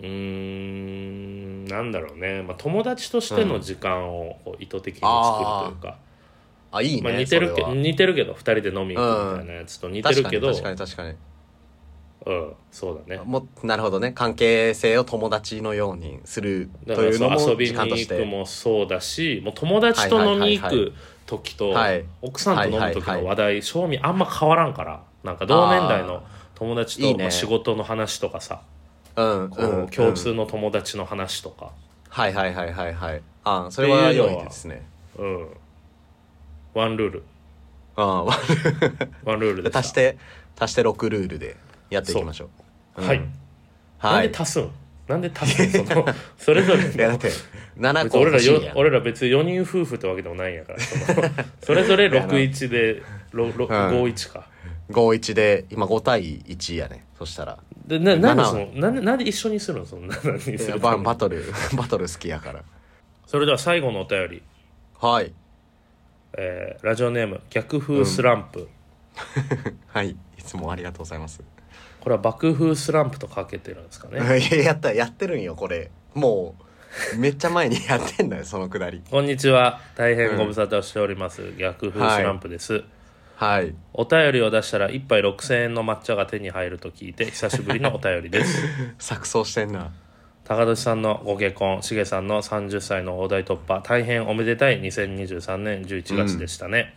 Speaker 2: う
Speaker 1: ーんなんだろうね、まあ、友達としての時間をこう意図的に作るというか、
Speaker 2: あいいね
Speaker 1: まあ、似てるけ
Speaker 2: それは
Speaker 1: 似てるけど2人で飲み行くみたいなやつと似てるけど、
Speaker 2: 確かに確かに確かに
Speaker 1: うん、そうだね
Speaker 2: もなるほどね関係性を友達のようにすると
Speaker 1: だから
Speaker 2: いう
Speaker 1: そ
Speaker 2: の
Speaker 1: う
Speaker 2: も
Speaker 1: 遊び
Speaker 2: 時
Speaker 1: に
Speaker 2: 間とし
Speaker 1: 行く
Speaker 2: て
Speaker 1: もそうだしもう友達と飲み行く時と
Speaker 2: はいはいはいはい
Speaker 1: 奥さんと飲む時
Speaker 2: はいはい
Speaker 1: の
Speaker 2: はい
Speaker 1: 話題正味あんま変わらんからなんか同年代の友達
Speaker 2: いい
Speaker 1: と
Speaker 2: ね
Speaker 1: まあ仕事の話とかさ
Speaker 2: うん
Speaker 1: こう
Speaker 2: うん
Speaker 1: 共通の友達の話とか、
Speaker 2: はいはいはいはいはいあそれは良いですね
Speaker 1: うん、ワンルール
Speaker 2: うん
Speaker 1: ワンルールで
Speaker 2: 足して足して6ルールでやっていきましょううん
Speaker 1: はい、な
Speaker 2: は
Speaker 1: ん
Speaker 2: い
Speaker 1: で足すんなんで足すんそ のそれぞれ
Speaker 2: いやだって
Speaker 1: 別
Speaker 2: 7
Speaker 1: に
Speaker 2: 個
Speaker 1: 俺ら
Speaker 2: 欲し
Speaker 1: よ
Speaker 2: いやん
Speaker 1: 俺ら別に4人夫婦ってわけでもないんやからそのそれぞれ61でろろ51か。
Speaker 2: 51で今5対1やねそしたら
Speaker 1: でななんで
Speaker 2: 7
Speaker 1: そのなんでなんで一緒にするのそんな何にす
Speaker 2: いや
Speaker 1: る
Speaker 2: バ
Speaker 1: の
Speaker 2: バトル バトル好きやから
Speaker 1: それでは最後のお便り、
Speaker 2: はい
Speaker 1: えーラジオネーム逆風スランプ、
Speaker 2: はいいつもありがとうございます
Speaker 1: これは爆風スランプとかけてるんですか
Speaker 2: い
Speaker 1: ね
Speaker 2: ややったやってるんよこれもうめっちゃ前にやってんだよそのくだり
Speaker 1: こんにちは大変ご無沙汰をしております、逆風スランプです、
Speaker 2: はい
Speaker 1: お便りを出したら1杯6000円の抹茶が手に入ると聞いて久しぶりのお便りです
Speaker 2: 錯綜してんな
Speaker 1: 高田さんのご結婚しげさんの30歳の大台突破大変おめでたい2023年11月でしたね、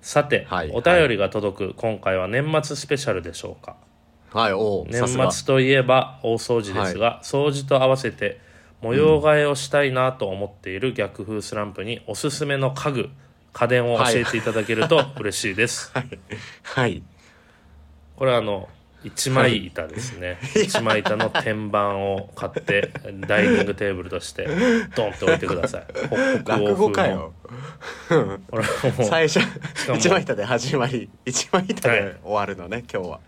Speaker 1: さて、
Speaker 2: はい
Speaker 1: お便りが届く今回は年末スペシャルでしょうか
Speaker 2: はいおう
Speaker 1: 年
Speaker 2: さすが
Speaker 1: 末といえば大掃除ですが、掃除と合わせて模様替えをしたいなと思っている逆風スランプにおすすめの家具家電を教えていただけると嬉しい です、
Speaker 2: はい
Speaker 1: これはあの一枚板ですね、一枚板の天板を買ってダイニングテーブルとしてドンって置いてください北北欧
Speaker 2: 落語か
Speaker 1: 風の
Speaker 2: よ
Speaker 1: これはもう
Speaker 2: 最初
Speaker 1: も
Speaker 2: 一枚板で始まり一枚板
Speaker 1: はい
Speaker 2: で終わるのね今日は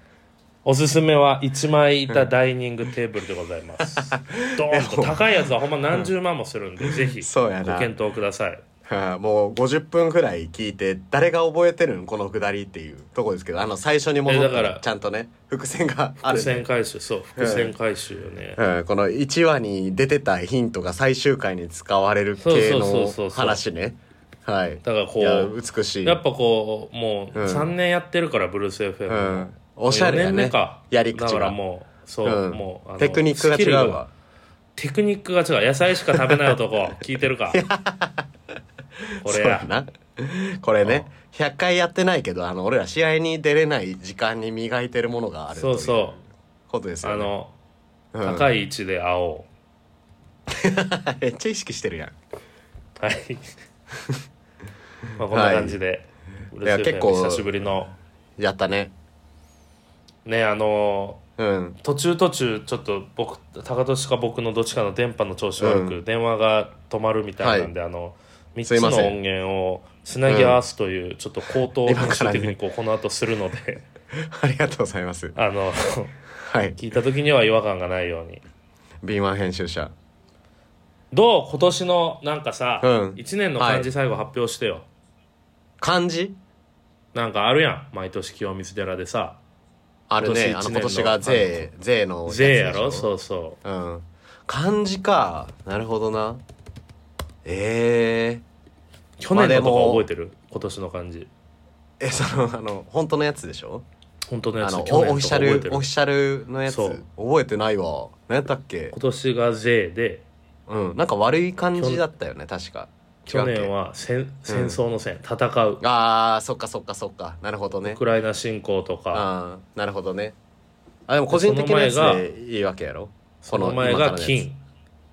Speaker 1: おすすめは一枚板ダイニングテーブルでございます。 ドーンと高いやつはほんま何十万もするんで、ぜひご
Speaker 2: そうやな
Speaker 1: 検討ください。
Speaker 2: はあもう50分くらい聞いて誰が覚えてるんこのくだりっていうとこですけどあの最初に戻っ
Speaker 1: えだ
Speaker 2: た
Speaker 1: から
Speaker 2: らちゃんとね伏線があ
Speaker 1: 伏
Speaker 2: る、
Speaker 1: 線回収、そう、伏線回収よね。
Speaker 2: うん、この1話に出てたヒントが最終回に使われる系
Speaker 1: そうそうそうそ
Speaker 2: の
Speaker 1: う
Speaker 2: 話ねはい
Speaker 1: だからこ
Speaker 2: いや
Speaker 1: う、
Speaker 2: 美しい
Speaker 1: やっぱこう、もう
Speaker 2: うん
Speaker 1: 3年やってるから、ブルース FM
Speaker 2: う
Speaker 1: も。
Speaker 2: ん、おしゃれや
Speaker 1: 4
Speaker 2: ね
Speaker 1: 年目か
Speaker 2: やり口が
Speaker 1: だからもう、そう、
Speaker 2: うん
Speaker 1: もうあの、
Speaker 2: テクニックが
Speaker 1: スル
Speaker 2: 違うわ
Speaker 1: テクニックが違う。野菜し か食べない男、聞いてるか。これ
Speaker 2: そうや
Speaker 1: や。
Speaker 2: なこれね100回やってないけどあの俺ら試合に出れない時間に磨いてるものがある
Speaker 1: そう
Speaker 2: という
Speaker 1: そ
Speaker 2: ことです
Speaker 1: うあ
Speaker 2: よね。
Speaker 1: の、高
Speaker 2: い
Speaker 1: い位置で会お
Speaker 2: めっちゃ意識してるやん。
Speaker 1: うはいまあこんな感じで、ブルース・
Speaker 2: いや結構
Speaker 1: 久しぶりの
Speaker 2: やったね。
Speaker 1: ねあの
Speaker 2: うん。
Speaker 1: 途中途中ちょっと僕高俊か僕のどっちかの電波の調子悪く、電話が止まるみたいなんで、あの3
Speaker 2: すい
Speaker 1: つ
Speaker 2: ま
Speaker 1: の
Speaker 2: せん
Speaker 1: 音源をつなぎ合わすという、ちょっと口頭
Speaker 2: 今
Speaker 1: 編
Speaker 2: か
Speaker 1: 集
Speaker 2: らね
Speaker 1: テクニックをこの後するので
Speaker 2: ありがとうございます。
Speaker 1: あの
Speaker 2: はい。
Speaker 1: 聞いた時には違和感がないように
Speaker 2: 敏腕編集者。
Speaker 1: どう今年のなんかさ、
Speaker 2: うん
Speaker 1: 1年の漢字最後発表してよ、
Speaker 2: 漢字
Speaker 1: なんかあるやん毎年清水寺でさ
Speaker 2: あるね。
Speaker 1: 今年一
Speaker 2: あ
Speaker 1: 年の
Speaker 2: の今年が税、税の
Speaker 1: 「
Speaker 2: やつでしょ。
Speaker 1: 税やろそうそう
Speaker 2: うん。漢字か。なるほどな。え
Speaker 1: 去年のと
Speaker 2: まあで
Speaker 1: か
Speaker 2: も
Speaker 1: 覚えてる今年の漢字
Speaker 2: ええ、その、あの、本当のやつでしょ
Speaker 1: 本当のや
Speaker 2: あ
Speaker 1: つ
Speaker 2: の、
Speaker 1: 去
Speaker 2: オ
Speaker 1: 年の
Speaker 2: オフィ
Speaker 1: と
Speaker 2: シ
Speaker 1: か
Speaker 2: ャ
Speaker 1: 覚え
Speaker 2: ル
Speaker 1: て、る
Speaker 2: オフィシャルのやつ。
Speaker 1: そう
Speaker 2: 覚えてないわ。何やったっけ
Speaker 1: 今年が税で
Speaker 2: うん。なんか悪い感じだったよね、確か。
Speaker 1: 去
Speaker 2: 違うっけ
Speaker 1: 年は戦戦争の戦、戦う
Speaker 2: あー、そっかそっかそっか。なるほど
Speaker 1: ウ
Speaker 2: ね。
Speaker 1: クライナ侵攻とか
Speaker 2: あー、なるほどね。あ、でも個人的なやつ
Speaker 1: その前
Speaker 2: でいいわけやろ
Speaker 1: その前が。
Speaker 2: こ
Speaker 1: 金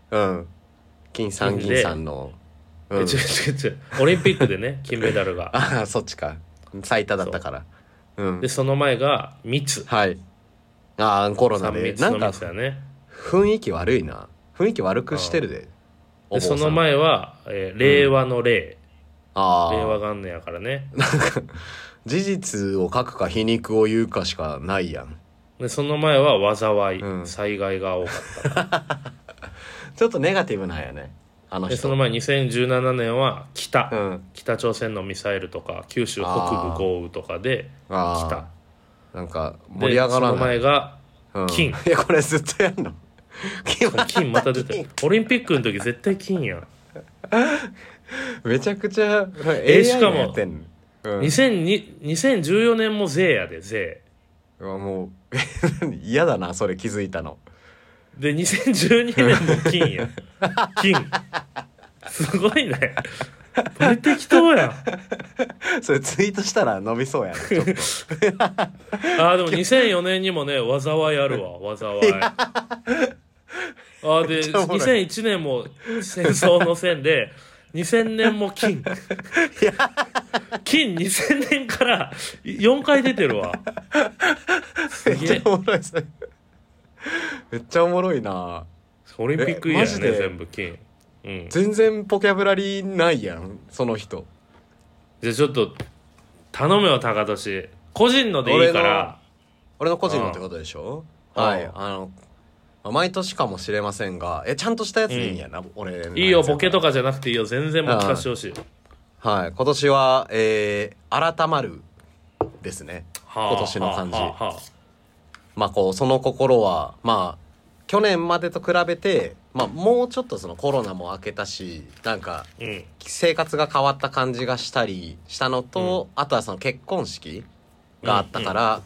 Speaker 2: 今からのやつうん。金さん、
Speaker 1: 金で
Speaker 2: 銀さんの。
Speaker 1: え
Speaker 2: うん
Speaker 1: 違う違う違うオリンピックでね金メダルが
Speaker 2: ああそっちか最多だったからうん
Speaker 1: でその前が密
Speaker 2: はいああコロナ
Speaker 1: 三
Speaker 2: で
Speaker 1: 密
Speaker 2: な
Speaker 1: の
Speaker 2: んか
Speaker 1: 密だね
Speaker 2: 雰囲気悪いな雰囲気悪くしてるでお
Speaker 1: で
Speaker 2: 坊さ
Speaker 1: そ
Speaker 2: ん
Speaker 1: の前は、えー令和の令、
Speaker 2: あ
Speaker 1: 令和
Speaker 2: あ
Speaker 1: 元年やからね
Speaker 2: 事実を書くか皮肉を言うかしかないやん
Speaker 1: でその前は災い、
Speaker 2: うん
Speaker 1: 災害が多かっ
Speaker 2: ちょっとネガティブなんやねあの
Speaker 1: たでそ
Speaker 2: 人
Speaker 1: の前2017年は北、
Speaker 2: うん
Speaker 1: 北朝鮮のミサイルとか九州北部豪雨とかで来た
Speaker 2: ああなんか
Speaker 1: で
Speaker 2: 盛り上がら
Speaker 1: その
Speaker 2: ない
Speaker 1: 前が
Speaker 2: うん
Speaker 1: 金
Speaker 2: いやこれずっとやんの金は
Speaker 1: 金また出 てるオリンピックの時絶対金やん
Speaker 2: めちゃくちゃ
Speaker 1: え
Speaker 2: AI
Speaker 1: しかも
Speaker 2: がやってんのうん
Speaker 1: 2002 2014年も税やで税
Speaker 2: うわもう 嫌だなそれ気づいたの
Speaker 1: で2012年も金や金 すごいねこれ適当やん
Speaker 2: それツイートしたら伸びそうやなちょっと
Speaker 1: あーでも2004年にもね災いある わ災いあーで
Speaker 2: めっちゃおもろい
Speaker 1: 2001年も戦争の線で2000年も 金金2000年から4回出てるわす
Speaker 2: めっ
Speaker 1: げ
Speaker 2: ちゃ
Speaker 1: え
Speaker 2: おもろいそれめっちゃおもろいな
Speaker 1: オリンピック以来
Speaker 2: えマ
Speaker 1: や
Speaker 2: ジ
Speaker 1: ね
Speaker 2: で
Speaker 1: 全部金うん
Speaker 2: 全然ボキャブラリーないやんその人
Speaker 1: じゃあちょっと頼むよ高俊個人のでいいから
Speaker 2: 俺の個人のってことでしょ
Speaker 1: うん
Speaker 2: はい
Speaker 1: うん
Speaker 2: あのまあ毎年かもしれませんがえちゃんとしたやつでいいんやな、俺のやつ
Speaker 1: いいよボケとかじゃなくていいよ全然もう聞かせてほしい
Speaker 2: はい今年はえー改まるですね
Speaker 1: はあ
Speaker 2: 今年の感じ
Speaker 1: はあはあは
Speaker 2: まあこうその心はまあ去年までと比べてまあもうちょっとそのコロナも明けたしなん
Speaker 1: あ
Speaker 2: か
Speaker 1: うん
Speaker 2: 生活が変わった感じがしたりしたのと、あとはその結婚式があったから、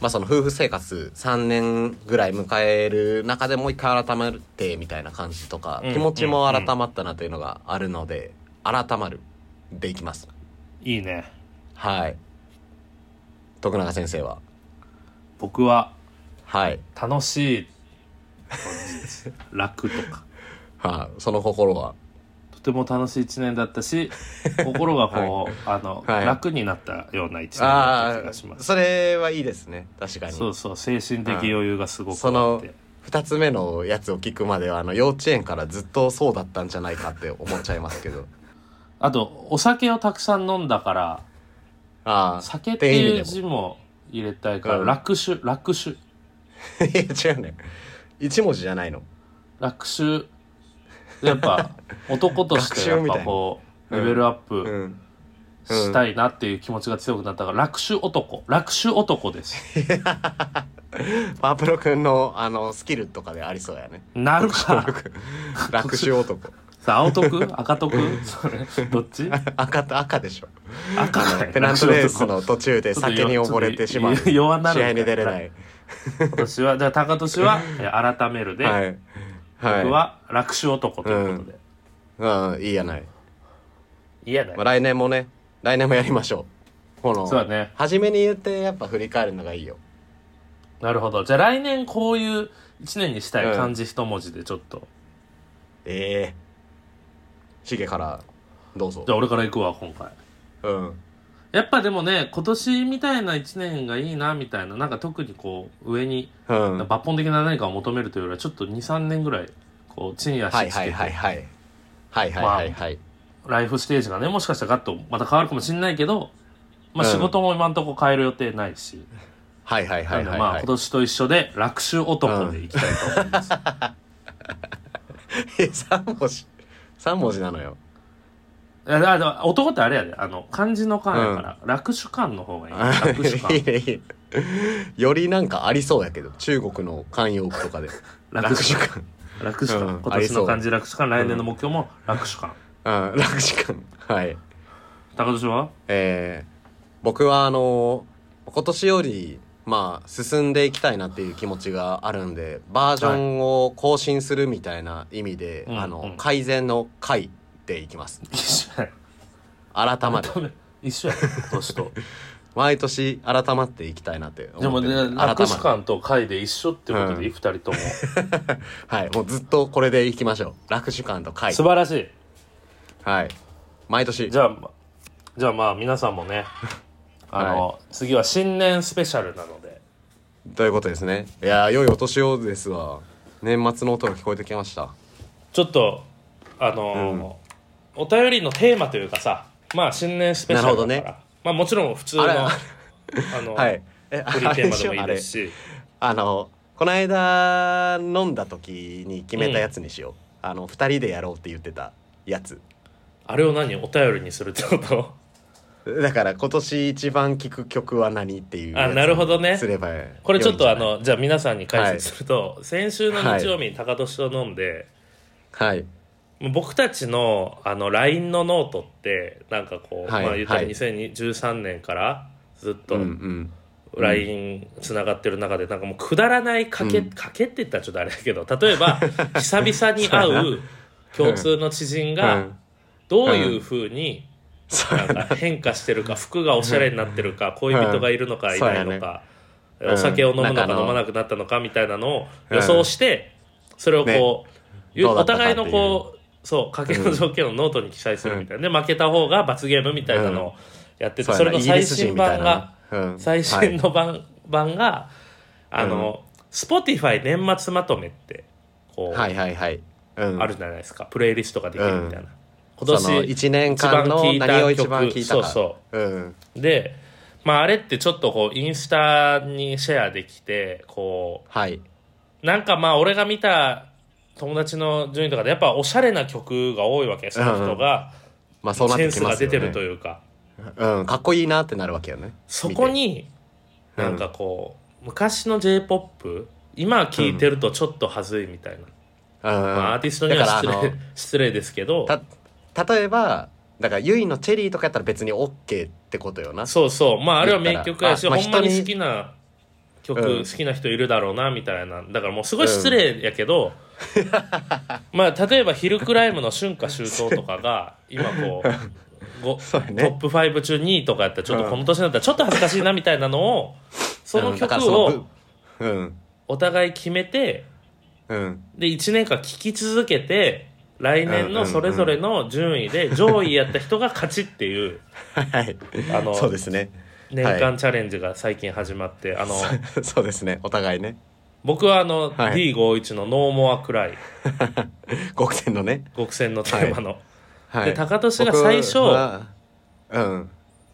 Speaker 2: まあその夫婦生活3年ぐらい迎える中でもう一回改まってみたいな感じとか、
Speaker 1: うん
Speaker 2: 気持ちも改まったなというのがあるので、改まるでいきます
Speaker 1: いいね
Speaker 2: はい徳永先生は
Speaker 1: 僕は
Speaker 2: はい、
Speaker 1: 楽しい楽とか
Speaker 2: はい、その心は
Speaker 1: とても楽しい1年だった し心がこう、あの、
Speaker 2: はい
Speaker 1: 楽になったような1年だっ
Speaker 2: あ
Speaker 1: た気がしま
Speaker 2: あ
Speaker 1: す
Speaker 2: それはいいですね確かに
Speaker 1: そうそう精神的余裕がすごく
Speaker 2: そ
Speaker 1: あっ
Speaker 2: の
Speaker 1: て
Speaker 2: 2つ目のやつを聞くまではあの幼稚園からずっとそうだったんじゃないかって思っちゃいます けど
Speaker 1: あとお酒をたくさん飲んだから
Speaker 2: ああ
Speaker 1: 酒っていう
Speaker 2: って
Speaker 1: 字も入れたいから
Speaker 2: うん
Speaker 1: 楽種楽種
Speaker 2: 意味でも いや違うね一文字じゃないの
Speaker 1: 楽種やっ ぱ男としてやっ
Speaker 2: 学習みた
Speaker 1: ぱ
Speaker 2: いな
Speaker 1: こう
Speaker 2: う
Speaker 1: レ
Speaker 2: ん
Speaker 1: ベルアッ
Speaker 2: う
Speaker 1: プ
Speaker 2: ん
Speaker 1: したいなっていう気持ちが強くなったから楽種男楽種男 です
Speaker 2: パープロ君のあのスキルとかでありそう やね
Speaker 1: なるか
Speaker 2: 楽勝男
Speaker 1: さあ青徳赤徳それどっ ち
Speaker 2: 赤と赤でしょ
Speaker 1: 赤かい
Speaker 2: ペナントレースの途中で
Speaker 1: ちょっと
Speaker 2: 酒に溺れてしまう
Speaker 1: ちょっと弱なる
Speaker 2: 試合に出れな
Speaker 1: はい今年はじゃあ高年はえー改めるで、
Speaker 2: はいはい
Speaker 1: 僕は楽勝男ということで、
Speaker 2: うんいいやない、
Speaker 1: 嫌だ
Speaker 2: まあ、
Speaker 1: よ
Speaker 2: 来年もね来年もやりましょうこの
Speaker 1: そうだね
Speaker 2: 初めに言ってやっぱ振り返るのがいいよ
Speaker 1: なるほどじゃあ来年こういう1年にしたい漢字一文字でちょっと、
Speaker 2: ええシゲからどうぞ
Speaker 1: じゃあ俺から行くわ今回
Speaker 2: うん
Speaker 1: やっぱでもね今年みたいな1年がいいなみたいななんか特にこう上に
Speaker 2: うん
Speaker 1: 抜本的な何かを求めるというよりはちょっと23年ぐらいこう地に
Speaker 2: は
Speaker 1: 足
Speaker 2: い
Speaker 1: つ
Speaker 2: はい
Speaker 1: け
Speaker 2: はい
Speaker 1: て
Speaker 2: はいはいはいはいはい
Speaker 1: ライフステージがねもしかしたらガッとまた変わるかもしれないけど、まあ、
Speaker 2: うん
Speaker 1: 仕事も今んとこ変える予定ないし、
Speaker 2: はいはいは
Speaker 1: な
Speaker 2: い
Speaker 1: の
Speaker 2: は
Speaker 1: で
Speaker 2: い
Speaker 1: まあ
Speaker 2: は
Speaker 1: 今
Speaker 2: い
Speaker 1: 年と一緒で楽勝男でいきたいと思います、
Speaker 2: え3文字3文字なのよ
Speaker 1: いやだから男ってあれやであの漢字の漢やから、楽手感の方がいい楽手
Speaker 2: いい
Speaker 1: 感
Speaker 2: ねいいねよりなんかありそうやけど中国の慣用句とかで
Speaker 1: 楽手
Speaker 2: 感
Speaker 1: 楽手感、
Speaker 2: うん
Speaker 1: 今
Speaker 2: あり
Speaker 1: 年
Speaker 2: そ
Speaker 1: の
Speaker 2: う
Speaker 1: 漢字楽手感来年の目標も楽手感、
Speaker 2: うん楽手感はい
Speaker 1: 高年は
Speaker 2: えー僕はあの今年よりまあ進んでいきたいなっていう気持ちがあるんでバージョンを更新するみたいな意味で、
Speaker 1: はい
Speaker 2: あ
Speaker 1: うんう
Speaker 2: の
Speaker 1: ん
Speaker 2: 改善の回でいきます
Speaker 1: 一緒や
Speaker 2: 改まる
Speaker 1: 一 緒や今年と
Speaker 2: 毎年改まっていきたいなって
Speaker 1: で
Speaker 2: 思
Speaker 1: も
Speaker 2: って
Speaker 1: ね
Speaker 2: る
Speaker 1: 楽手
Speaker 2: 改まる
Speaker 1: 感と会で一緒ってことでいい、
Speaker 2: う
Speaker 1: 二人とも
Speaker 2: はいもうずっとこれでいきましょう楽手感と回
Speaker 1: 素晴らしい
Speaker 2: はい毎年
Speaker 1: じゃあじゃあまあ皆さんも ねあの、次は新年スペシャルなので
Speaker 2: ということですねいやー良いお年をですわ年末の音が聞こえてきました
Speaker 1: ちょっとあのーお便りのテーマというかさまあ新年スペシャルだから、
Speaker 2: なるほどね
Speaker 1: まあもちろん普通の
Speaker 2: あれ
Speaker 1: あの、
Speaker 2: はいえあ
Speaker 1: フリーテーマでもいいですし
Speaker 2: あのこの間飲んだ時に決めたやつにしよう、あの2人でやろうって言ってたやつ
Speaker 1: あれを何お便りにするってこと
Speaker 2: だから今年一番聴く曲は何っていうやつ
Speaker 1: あなるほどね
Speaker 2: すれば
Speaker 1: これちょっとあ
Speaker 2: 良いん
Speaker 1: のじゃあ皆さんに解説すると、先週の日曜日に高年と飲んで、
Speaker 2: じゃないはい
Speaker 1: もう僕たちのあの LINE のノートってなんかこう、
Speaker 2: はい
Speaker 1: まあ言ったら
Speaker 2: はい
Speaker 1: 2013年からずっと
Speaker 2: うんうん
Speaker 1: LINE つながってる中でなんかもうくだらない賭け、
Speaker 2: うん
Speaker 1: 賭けって言ったらちょっとあれやけど例え ば久々に会う共通の知人
Speaker 2: う
Speaker 1: が
Speaker 2: ん
Speaker 1: どういうふうに
Speaker 2: そう
Speaker 1: なんか変化してるか服がおしゃれになってるか恋人がいるのかいないのか、
Speaker 2: そうや
Speaker 1: お
Speaker 2: ね
Speaker 1: 酒を飲む
Speaker 2: うん
Speaker 1: のか
Speaker 2: なんかあの
Speaker 1: 飲まなくなったのかみたいなのを予想してそれをこう、
Speaker 2: ねどうだ
Speaker 1: お
Speaker 2: ったか
Speaker 1: 互いのこうそう賭けの条件をノートに記載するみたいな、で負けた方が罰ゲームみたいなのをやってて、
Speaker 2: そう
Speaker 1: そ
Speaker 2: や
Speaker 1: れの
Speaker 2: なイギ
Speaker 1: 最
Speaker 2: リス人
Speaker 1: 新
Speaker 2: みたい
Speaker 1: 版が。
Speaker 2: なね、うん
Speaker 1: 最新の版,、版があの、Spotify 年末まとめってこう、
Speaker 2: はいはいはいはい、うん、
Speaker 1: あるじゃないですかプレイリストができるみたいな、今
Speaker 2: その
Speaker 1: 年
Speaker 2: 1年間の
Speaker 1: 一番聴いた
Speaker 2: 何を一番聴いたか
Speaker 1: 曲そう
Speaker 2: うん
Speaker 1: で、まあ、あれってちょっとこうインスタにシェアできてこ
Speaker 2: はい、
Speaker 1: うなんかまあ俺が見た友達の順位とかでやっぱおしゃれな曲が多いわけその人が
Speaker 2: まあ
Speaker 1: セ
Speaker 2: そうなって
Speaker 1: ン
Speaker 2: き
Speaker 1: ス
Speaker 2: ま
Speaker 1: が
Speaker 2: す
Speaker 1: 出
Speaker 2: よ
Speaker 1: て
Speaker 2: ね
Speaker 1: るというか
Speaker 2: うん、かっこいいなってなるわけよね
Speaker 1: そこ
Speaker 2: 見て
Speaker 1: に
Speaker 2: うん
Speaker 1: なんかこう昔の j p o p 今聴いてるとちょっと恥ずいみたいな、
Speaker 2: うん
Speaker 1: まあアーティストには
Speaker 2: だか
Speaker 1: 失
Speaker 2: らあの
Speaker 1: 礼失礼ですけど
Speaker 2: た例えばだからゆいのチェリーとかやったら別に OK ってことよな
Speaker 1: そうそうまああれは
Speaker 2: 言った
Speaker 1: 名
Speaker 2: ら
Speaker 1: 曲やし、
Speaker 2: あまあ
Speaker 1: ほんまに
Speaker 2: 人に
Speaker 1: 好きな曲、
Speaker 2: うん
Speaker 1: 好きな人いるだろうなみたいなだからもうすごい失礼やけど、 まあ例えば「ヒルクライム」の春夏秋冬とかが今こうご
Speaker 2: そうやね
Speaker 1: トップ5中2位とかやったらちょっ
Speaker 2: う
Speaker 1: と
Speaker 2: ん
Speaker 1: この年になったらちょっと恥ずかしいなみたいなのをその
Speaker 2: うんだ
Speaker 1: 曲
Speaker 2: から
Speaker 1: を
Speaker 2: そのうん
Speaker 1: お互い決めて
Speaker 2: うん
Speaker 1: で1年間聴き続けて来年のそれぞれの順位で上位やった人が勝ちっていう
Speaker 2: はい
Speaker 1: あの
Speaker 2: そうですね
Speaker 1: 年間チャレンジが最近始まって、あの
Speaker 2: そうですねお互い ね
Speaker 1: 僕はあの、
Speaker 2: はい
Speaker 1: D51 の「ノーモアクライ
Speaker 2: 極戦のね」
Speaker 1: 極戦のテーマの、
Speaker 2: はい
Speaker 1: で高俊が最初
Speaker 2: 僕はうん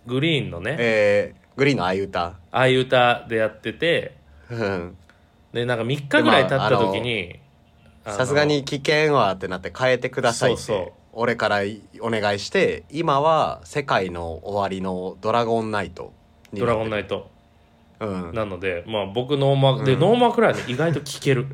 Speaker 1: グリーンのね
Speaker 2: えー、グリーンのあいう歌
Speaker 1: 「あいう歌」でやってて
Speaker 2: うん
Speaker 1: でなんか3日ぐらい経った時にあの
Speaker 2: さすがに危険はってなって変えてくださいって
Speaker 1: そうそう
Speaker 2: 俺からいお願いして今は世界の終わりのドラゴンナイト
Speaker 1: 「ドラゴンナ
Speaker 2: イ
Speaker 1: イト
Speaker 2: ト、うん」、
Speaker 1: なので、まあ、僕ノーモアで、ノーモアクライね意外と聴ける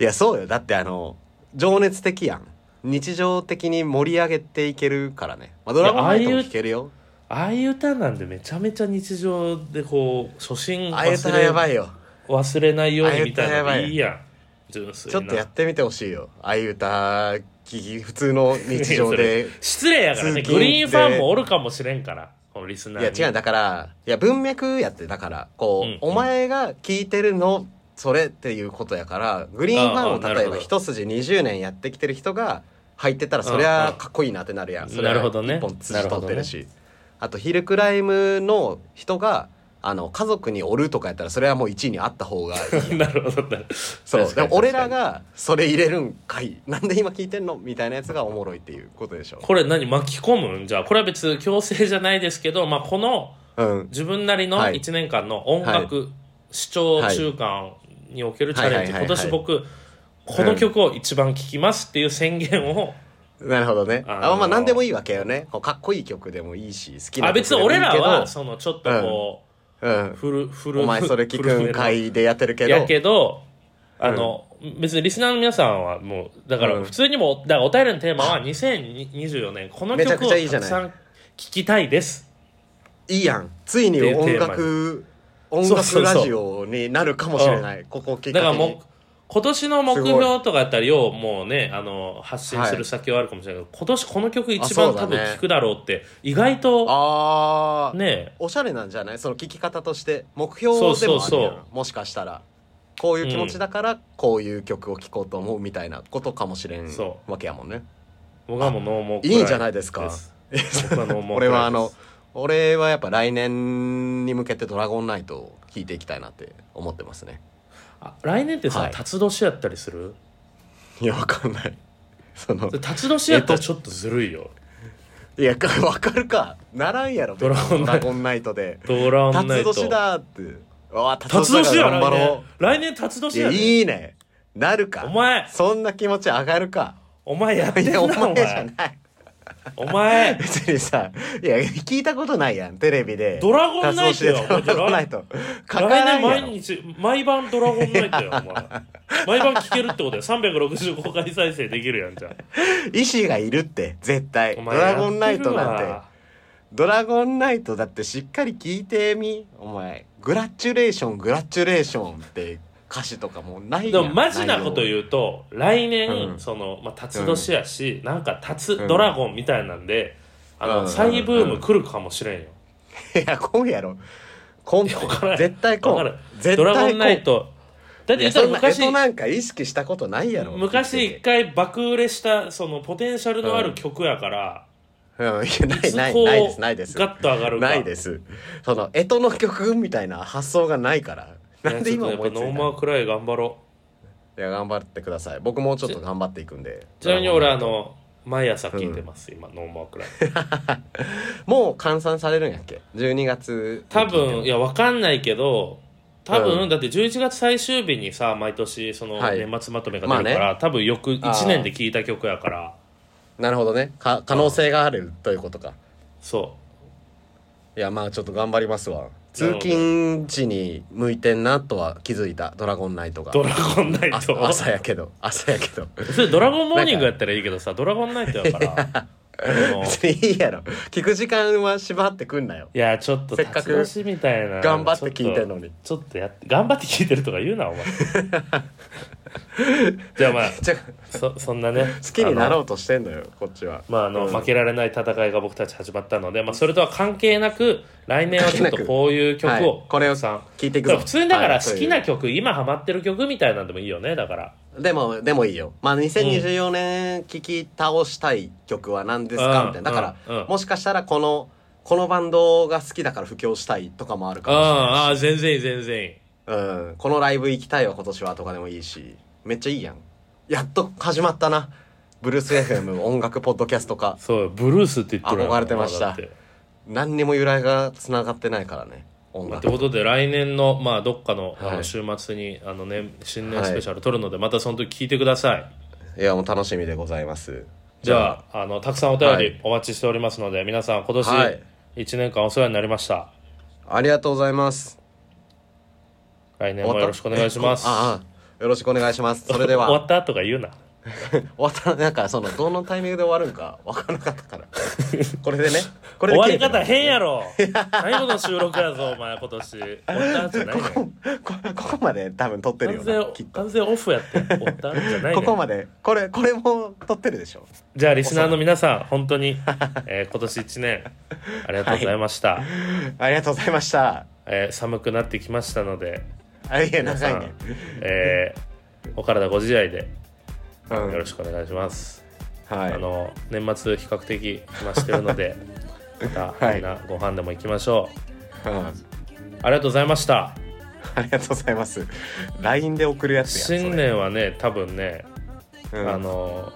Speaker 2: いやそうよだってあの情熱的やん日常的に盛り上げていけるからね、まあ、ドラゴンナイト
Speaker 1: いや
Speaker 2: も
Speaker 1: ああいう
Speaker 2: 聴けるよ
Speaker 1: ああいう歌なんでめちゃめちゃ日常でこう初心
Speaker 2: ああいう
Speaker 1: 忘
Speaker 2: 歌やば
Speaker 1: れ
Speaker 2: いよ
Speaker 1: 忘れないようにみたい
Speaker 2: ああいう歌や
Speaker 1: な
Speaker 2: ば
Speaker 1: の
Speaker 2: い
Speaker 1: いいやん純粋
Speaker 2: ち
Speaker 1: な
Speaker 2: ょっとやってみてほしいよああいう歌聞き普通の日常
Speaker 1: いやそ
Speaker 2: で
Speaker 1: れ失礼やからね
Speaker 2: 通勤
Speaker 1: グリーンファンもおるかもしれんからこのリスナ
Speaker 2: いや
Speaker 1: ーに
Speaker 2: 違うだからいや文脈やってだからこ
Speaker 1: う
Speaker 2: う、
Speaker 1: ん
Speaker 2: お前が聞いてるのそれっていうことやからグリーンファン
Speaker 1: ああな
Speaker 2: を
Speaker 1: る
Speaker 2: 例
Speaker 1: ほ
Speaker 2: え
Speaker 1: ど
Speaker 2: ば一筋20年やってきてる人が入ってたらそり
Speaker 1: うん
Speaker 2: ゃ
Speaker 1: うん
Speaker 2: かっこいいなってなるやんそれ
Speaker 1: なるほどね
Speaker 2: 一本筋取ってるしあとヒルクライムの人があの家族におるとかやったらそれはもう1位にあった 方がいい
Speaker 1: なるほどな
Speaker 2: そう
Speaker 1: 確か
Speaker 2: で
Speaker 1: に
Speaker 2: も俺らがそれ入れるんかいなんで今聞いてんのみたいなやつがおもろいっていうことでしょ
Speaker 1: これ何巻き込むんじゃあこれは別に強制じゃないですけど、まあ、この
Speaker 2: うん
Speaker 1: 自分なりの
Speaker 2: はい
Speaker 1: 1年間の音楽、視聴中間におけるチャレンジ、
Speaker 2: は
Speaker 1: 今
Speaker 2: いはいはいはい
Speaker 1: 年僕この曲を一番聴きますっていう宣言を、
Speaker 2: なるほどね。
Speaker 1: あ
Speaker 2: あ
Speaker 1: のー
Speaker 2: まあ何でもいいわけよね。こうかっこいい曲でもいいし、好きな
Speaker 1: あ
Speaker 2: 曲
Speaker 1: 別
Speaker 2: で
Speaker 1: に
Speaker 2: もいい
Speaker 1: 俺
Speaker 2: けど。
Speaker 1: らはそのちょっとこ
Speaker 2: うん
Speaker 1: う、フルフル
Speaker 2: お前それ聞くんかいでやってるけど。
Speaker 1: やけど、あの、別にリスナーの皆さんはもう、だから
Speaker 2: うん
Speaker 1: 普通にも、だからお便りのテーマは2024年、この
Speaker 2: めちゃ
Speaker 1: 曲
Speaker 2: く
Speaker 1: を
Speaker 2: ちゃいいじ
Speaker 1: た
Speaker 2: ゃ
Speaker 1: く
Speaker 2: ない
Speaker 1: さん聴きたいです。
Speaker 2: いいやん。ついに音
Speaker 1: って
Speaker 2: 楽、音
Speaker 1: そうそ
Speaker 2: 楽
Speaker 1: うそう
Speaker 2: ラジオになるかもしれない。ここをきっか
Speaker 1: だ
Speaker 2: け
Speaker 1: から
Speaker 2: に。
Speaker 1: もう、今年の目標とかやったら、ようもうね、あの、発信する先はあるかもしれないけど、今年この曲一
Speaker 2: あそ
Speaker 1: 番
Speaker 2: うだ
Speaker 1: 多
Speaker 2: ね
Speaker 1: 分聴くだろうって、意外と、
Speaker 2: あー、
Speaker 1: ね、
Speaker 2: おしゃれなんじゃないその聞き方として。目標でもあるや
Speaker 1: そう
Speaker 2: ん
Speaker 1: そうそう
Speaker 2: もしかしたら。こういう気持ちだから、こういう曲を聴こうと思うみたいなことかもしれん
Speaker 1: そ
Speaker 2: わけやもんね。
Speaker 1: 僕はもうノーモーク
Speaker 2: いいんじゃないですか。
Speaker 1: す僕はノーモークライです
Speaker 2: 俺はあの、俺はやっぱ来年に向けて「ドラゴンナイト」を聴いていきたいなって思ってますね
Speaker 1: あ来年って
Speaker 2: は
Speaker 1: さ
Speaker 2: い
Speaker 1: 辰年やったりする
Speaker 2: いやわかんない その
Speaker 1: 辰年やったらちょっとずるいよ
Speaker 2: いやかわかるかならんやろ
Speaker 1: ドラゴンナイト
Speaker 2: ナイトで
Speaker 1: ドラ
Speaker 2: 「
Speaker 1: ゴンナイ
Speaker 2: 辰
Speaker 1: ト
Speaker 2: 年だ」って「わあ
Speaker 1: 辰年や
Speaker 2: 頑
Speaker 1: 来
Speaker 2: 張ろ
Speaker 1: 年来年辰
Speaker 2: う」い
Speaker 1: 年や
Speaker 2: や
Speaker 1: で
Speaker 2: いいねなるか
Speaker 1: お前
Speaker 2: そんな気持ち上がるか
Speaker 1: お前やって
Speaker 2: い
Speaker 1: んな
Speaker 2: や
Speaker 1: お
Speaker 2: お前じゃ
Speaker 1: 前
Speaker 2: ない
Speaker 1: お前
Speaker 2: 別にさいや聞いたことないやんテレビで
Speaker 1: ドラゴンナイトや
Speaker 2: 辰年でドラゴンナイトかから
Speaker 1: 来年
Speaker 2: ないやろ
Speaker 1: 毎日毎晩ドラゴンナイトやお前毎晩 聞けるってことや365回再生できるやんじゃん
Speaker 2: 意思がいるって絶対
Speaker 1: お
Speaker 2: ド
Speaker 1: 前やっ
Speaker 2: ラ
Speaker 1: てるわ
Speaker 2: ゴンナイトなんてドラゴンナイトだってしっかり聞いてみお前グラチュレーショングラチュレーションって歌詞とかもうない
Speaker 1: で
Speaker 2: やん
Speaker 1: もマジなこと
Speaker 2: う
Speaker 1: 言うと来年、
Speaker 2: うん
Speaker 1: その、まあ、辰年やし、なんか辰
Speaker 2: うん
Speaker 1: ドラゴンみたいなんで、あの、
Speaker 2: うん
Speaker 1: 再ブーム来るかもしれんよ、
Speaker 2: いやこうやろこん
Speaker 1: いやわからん
Speaker 2: 絶対こ
Speaker 1: わか
Speaker 2: う
Speaker 1: る
Speaker 2: 絶対こ
Speaker 1: ド
Speaker 2: う
Speaker 1: ラゴンナイトだって言
Speaker 2: いや
Speaker 1: った
Speaker 2: そ
Speaker 1: ら
Speaker 2: んなエ
Speaker 1: 昔
Speaker 2: トなんか意識したことないやろ
Speaker 1: 昔
Speaker 2: 聞い
Speaker 1: 一
Speaker 2: てて
Speaker 1: 回爆売れしたそのポテンシャルのある曲やから、
Speaker 2: うんいやないい
Speaker 1: つ
Speaker 2: ない
Speaker 1: こう
Speaker 2: ないですないです
Speaker 1: ガッと上がるか
Speaker 2: ないですそのエトの曲みたいな発想がないから
Speaker 1: いや
Speaker 2: なんで今
Speaker 1: ちょっと
Speaker 2: 思
Speaker 1: や
Speaker 2: い
Speaker 1: っぱノー
Speaker 2: ついたの
Speaker 1: マークライ頑張ろ
Speaker 2: いや頑張ってください僕もうちょっと頑張っていくんで
Speaker 1: うちなみに俺あの毎朝聞いてます、今ノーマークライ
Speaker 2: もう換算されるんやっけ12月
Speaker 1: 多分いやわかんないけど多分、
Speaker 2: うん
Speaker 1: だって11月最終日にさ毎年その
Speaker 2: はい
Speaker 1: 年末まとめが出るから、
Speaker 2: ま
Speaker 1: 多分翌1年で聴いた曲やから
Speaker 2: なるほどねか可能性があるということか
Speaker 1: そ
Speaker 2: いやまあちょっと頑張りますわ通勤時に向いてんなとは気づいたドラゴンナイト
Speaker 1: う「
Speaker 2: が
Speaker 1: ドラゴンナイ
Speaker 2: あ
Speaker 1: ト」
Speaker 2: 朝やけど朝やけ ど
Speaker 1: それドラゴンモーニングやったらいいけどさドラゴンナイトやからあ の
Speaker 2: 別にいいやろ聞く時間は縛ってくんなよ
Speaker 1: いやちょっと
Speaker 2: せっかく
Speaker 1: 立ち出しみたいな
Speaker 2: 頑張って聞いてんのに
Speaker 1: ちょっとちょっとやって頑張って聞いてるとか言うなお 前じゃあまあ
Speaker 2: じゃあ
Speaker 1: そそんなね
Speaker 2: 好きになろ
Speaker 1: う
Speaker 2: うとしてんのよこっちは
Speaker 1: まああの、
Speaker 2: うん
Speaker 1: 負けられない戦いが僕たち始まったので、まあ、それとは関係なく来年はちょっとこういう曲
Speaker 2: はい
Speaker 1: を、
Speaker 2: これを
Speaker 1: さん
Speaker 2: 聞いていく
Speaker 1: だか
Speaker 2: ぞ
Speaker 1: ら普通にだから
Speaker 2: はい
Speaker 1: 好きな曲、今ハマってる曲みたいなんでもいいよねだから
Speaker 2: でも、でもいいよ。まあ、2024年聞き倒したい曲は何ですか、
Speaker 1: うん
Speaker 2: みたいな。だから、
Speaker 1: うんうん
Speaker 2: もしかしたらこの、このバンドが好きだから布教したいとかもあるかもし
Speaker 1: ああ全然いい全然いい
Speaker 2: れない。うん。このライブ行きたいわ今年はとかでもいいし。めっちゃいいやん。やっと始まったな。ブルース FM 音楽ポッドキャスト化。
Speaker 1: そうブルースって言ってる
Speaker 2: 憧れてました
Speaker 1: だって
Speaker 2: 何にも由来が繋がってないからね。音
Speaker 1: っ
Speaker 2: 楽
Speaker 1: て。ことで来年のまあどっかの,、
Speaker 2: はい
Speaker 1: あの週末にあの、ね、新年スペシャル撮るので、またその時聞いてください
Speaker 2: いや、もう楽しみでございます。
Speaker 1: じゃああのたくさんお便
Speaker 2: は
Speaker 1: り
Speaker 2: い
Speaker 1: お待ちしておりますので、皆さん今年
Speaker 2: はい
Speaker 1: 1年間お世話になりました
Speaker 2: ありがとうございます。
Speaker 1: 来年もよろしくお願いします
Speaker 2: ああ、よろしくお願いします。それで は。
Speaker 1: 終わったとか言うな
Speaker 2: 終わったらなんかそのどのタイミングで終わるんか分からなかったから これでねこれ
Speaker 1: 終わり
Speaker 2: で切れて
Speaker 1: 方
Speaker 2: ます
Speaker 1: 変やろ最後の収録やぞお前今年おったんじゃないねん
Speaker 2: ここここまで多分撮ってるよ
Speaker 1: 完
Speaker 2: な
Speaker 1: 全
Speaker 2: きっと
Speaker 1: 完全オフやっておったんじゃないねん
Speaker 2: ここまでこれこれも撮ってるでしょ
Speaker 1: じゃあリスナーの皆さん本当に、えー今年1年ありがとうございました、
Speaker 2: ありがとうございました
Speaker 1: えー寒くなってきましたので、
Speaker 2: あいや
Speaker 1: 皆さ
Speaker 2: 長
Speaker 1: ん
Speaker 2: いね、
Speaker 1: えーお体ご自愛で
Speaker 2: うん
Speaker 1: よろしくお願いします、
Speaker 2: はい
Speaker 1: あの年末比較的暇してるの でまたみんなご飯でも行きましょう、
Speaker 2: うん
Speaker 1: ありがとうございました
Speaker 2: ありがとうございます。LINE で送るやつや。それ
Speaker 1: 新、年はね多分ね、
Speaker 2: うん
Speaker 1: あの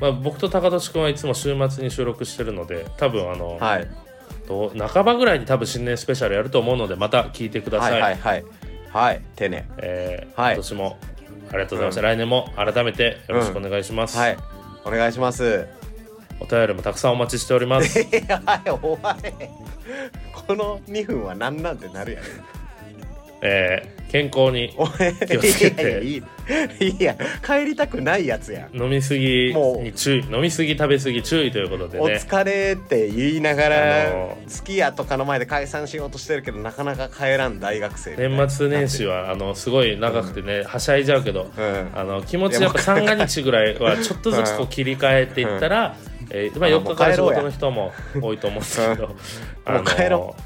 Speaker 1: まあ、僕と高俊君はいつも週末に収録してるので多分あの、
Speaker 2: はい、
Speaker 1: どう半ばぐらいに多分新年スペシャルやると思うのでまた聞いてください、
Speaker 2: はいはいはい。はい、丁寧。
Speaker 1: えー
Speaker 2: はい
Speaker 1: 今年もありがとうございました、来年も改めてよろしくお願いします、
Speaker 2: はい、お願いします。
Speaker 1: お便りもたくさんお待ちしております
Speaker 2: いやお前、この2分は何なんてなるやん。
Speaker 1: え ー健康に
Speaker 2: お前、
Speaker 1: 気をつけて
Speaker 2: いやいやいいいや、帰りたくないやつやん。
Speaker 1: 飲みすぎ
Speaker 2: もう
Speaker 1: に注意飲みすぎ食べすぎ注意ということで
Speaker 2: お
Speaker 1: ね
Speaker 2: 疲れって言いなが
Speaker 1: あ
Speaker 2: ら
Speaker 1: の、
Speaker 2: 月やとかの前で解散しようとしてるけど、なかなか帰らん大学生みたいな。
Speaker 1: 年末年始はあのすごい長くてね、はしゃいじゃうけど、
Speaker 2: うん
Speaker 1: あの気持ちやっぱ三が日ぐらいはちょっとずつこう切り替えていったら、えーまあ、
Speaker 2: あ
Speaker 1: 4
Speaker 2: も
Speaker 1: 日
Speaker 2: う
Speaker 1: 間
Speaker 2: 帰
Speaker 1: 仕
Speaker 2: ろうや
Speaker 1: 事の人も多いと思うんですけど、
Speaker 2: うんもう帰ろ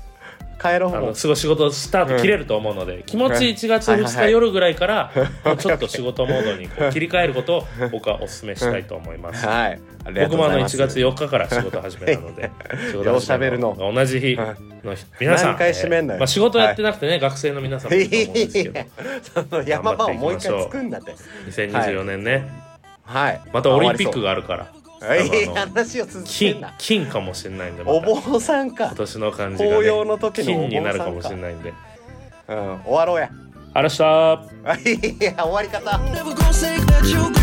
Speaker 2: 帰ろう
Speaker 1: あ
Speaker 2: もう
Speaker 1: のすごい仕事した後切れると思うので、気持ち1月
Speaker 2: はいはい
Speaker 1: 2
Speaker 2: は
Speaker 1: 日
Speaker 2: い
Speaker 1: 夜ぐらいからもうちょっと仕事モードにこう切り替えることを僕はお勧めしたいと思います。
Speaker 2: はい。ありがと
Speaker 1: 僕も
Speaker 2: うご
Speaker 1: あの
Speaker 2: ざい
Speaker 1: 1
Speaker 2: ます
Speaker 1: 月4日から仕事始めなので仕事
Speaker 2: よう
Speaker 1: 始め
Speaker 2: 喋るの
Speaker 1: 同じ日の日皆さん
Speaker 2: 何回締めんの
Speaker 1: え
Speaker 2: よ
Speaker 1: ーまあ、仕事やってなくてね、学生の皆さんもいると思うんですけど
Speaker 2: その山場をもう一回作んなって。
Speaker 1: 2024年ね、
Speaker 2: はい。
Speaker 1: またオリンピックがあるから多分あ
Speaker 2: 終わりそう。いい
Speaker 1: の
Speaker 2: 話を続けん
Speaker 1: 金
Speaker 2: な。
Speaker 1: 金かもしれないんで、また
Speaker 2: お坊さんか
Speaker 1: 今。年の感じが、
Speaker 2: 紅葉
Speaker 1: ね、
Speaker 2: の時のお
Speaker 1: 金に
Speaker 2: 坊
Speaker 1: なる
Speaker 2: さ
Speaker 1: か
Speaker 2: ん
Speaker 1: も
Speaker 2: か
Speaker 1: しれ。ないんで
Speaker 2: うん、終わろうや。
Speaker 1: あらした
Speaker 2: いや、終わり方。
Speaker 3: never gonna say that you're gone.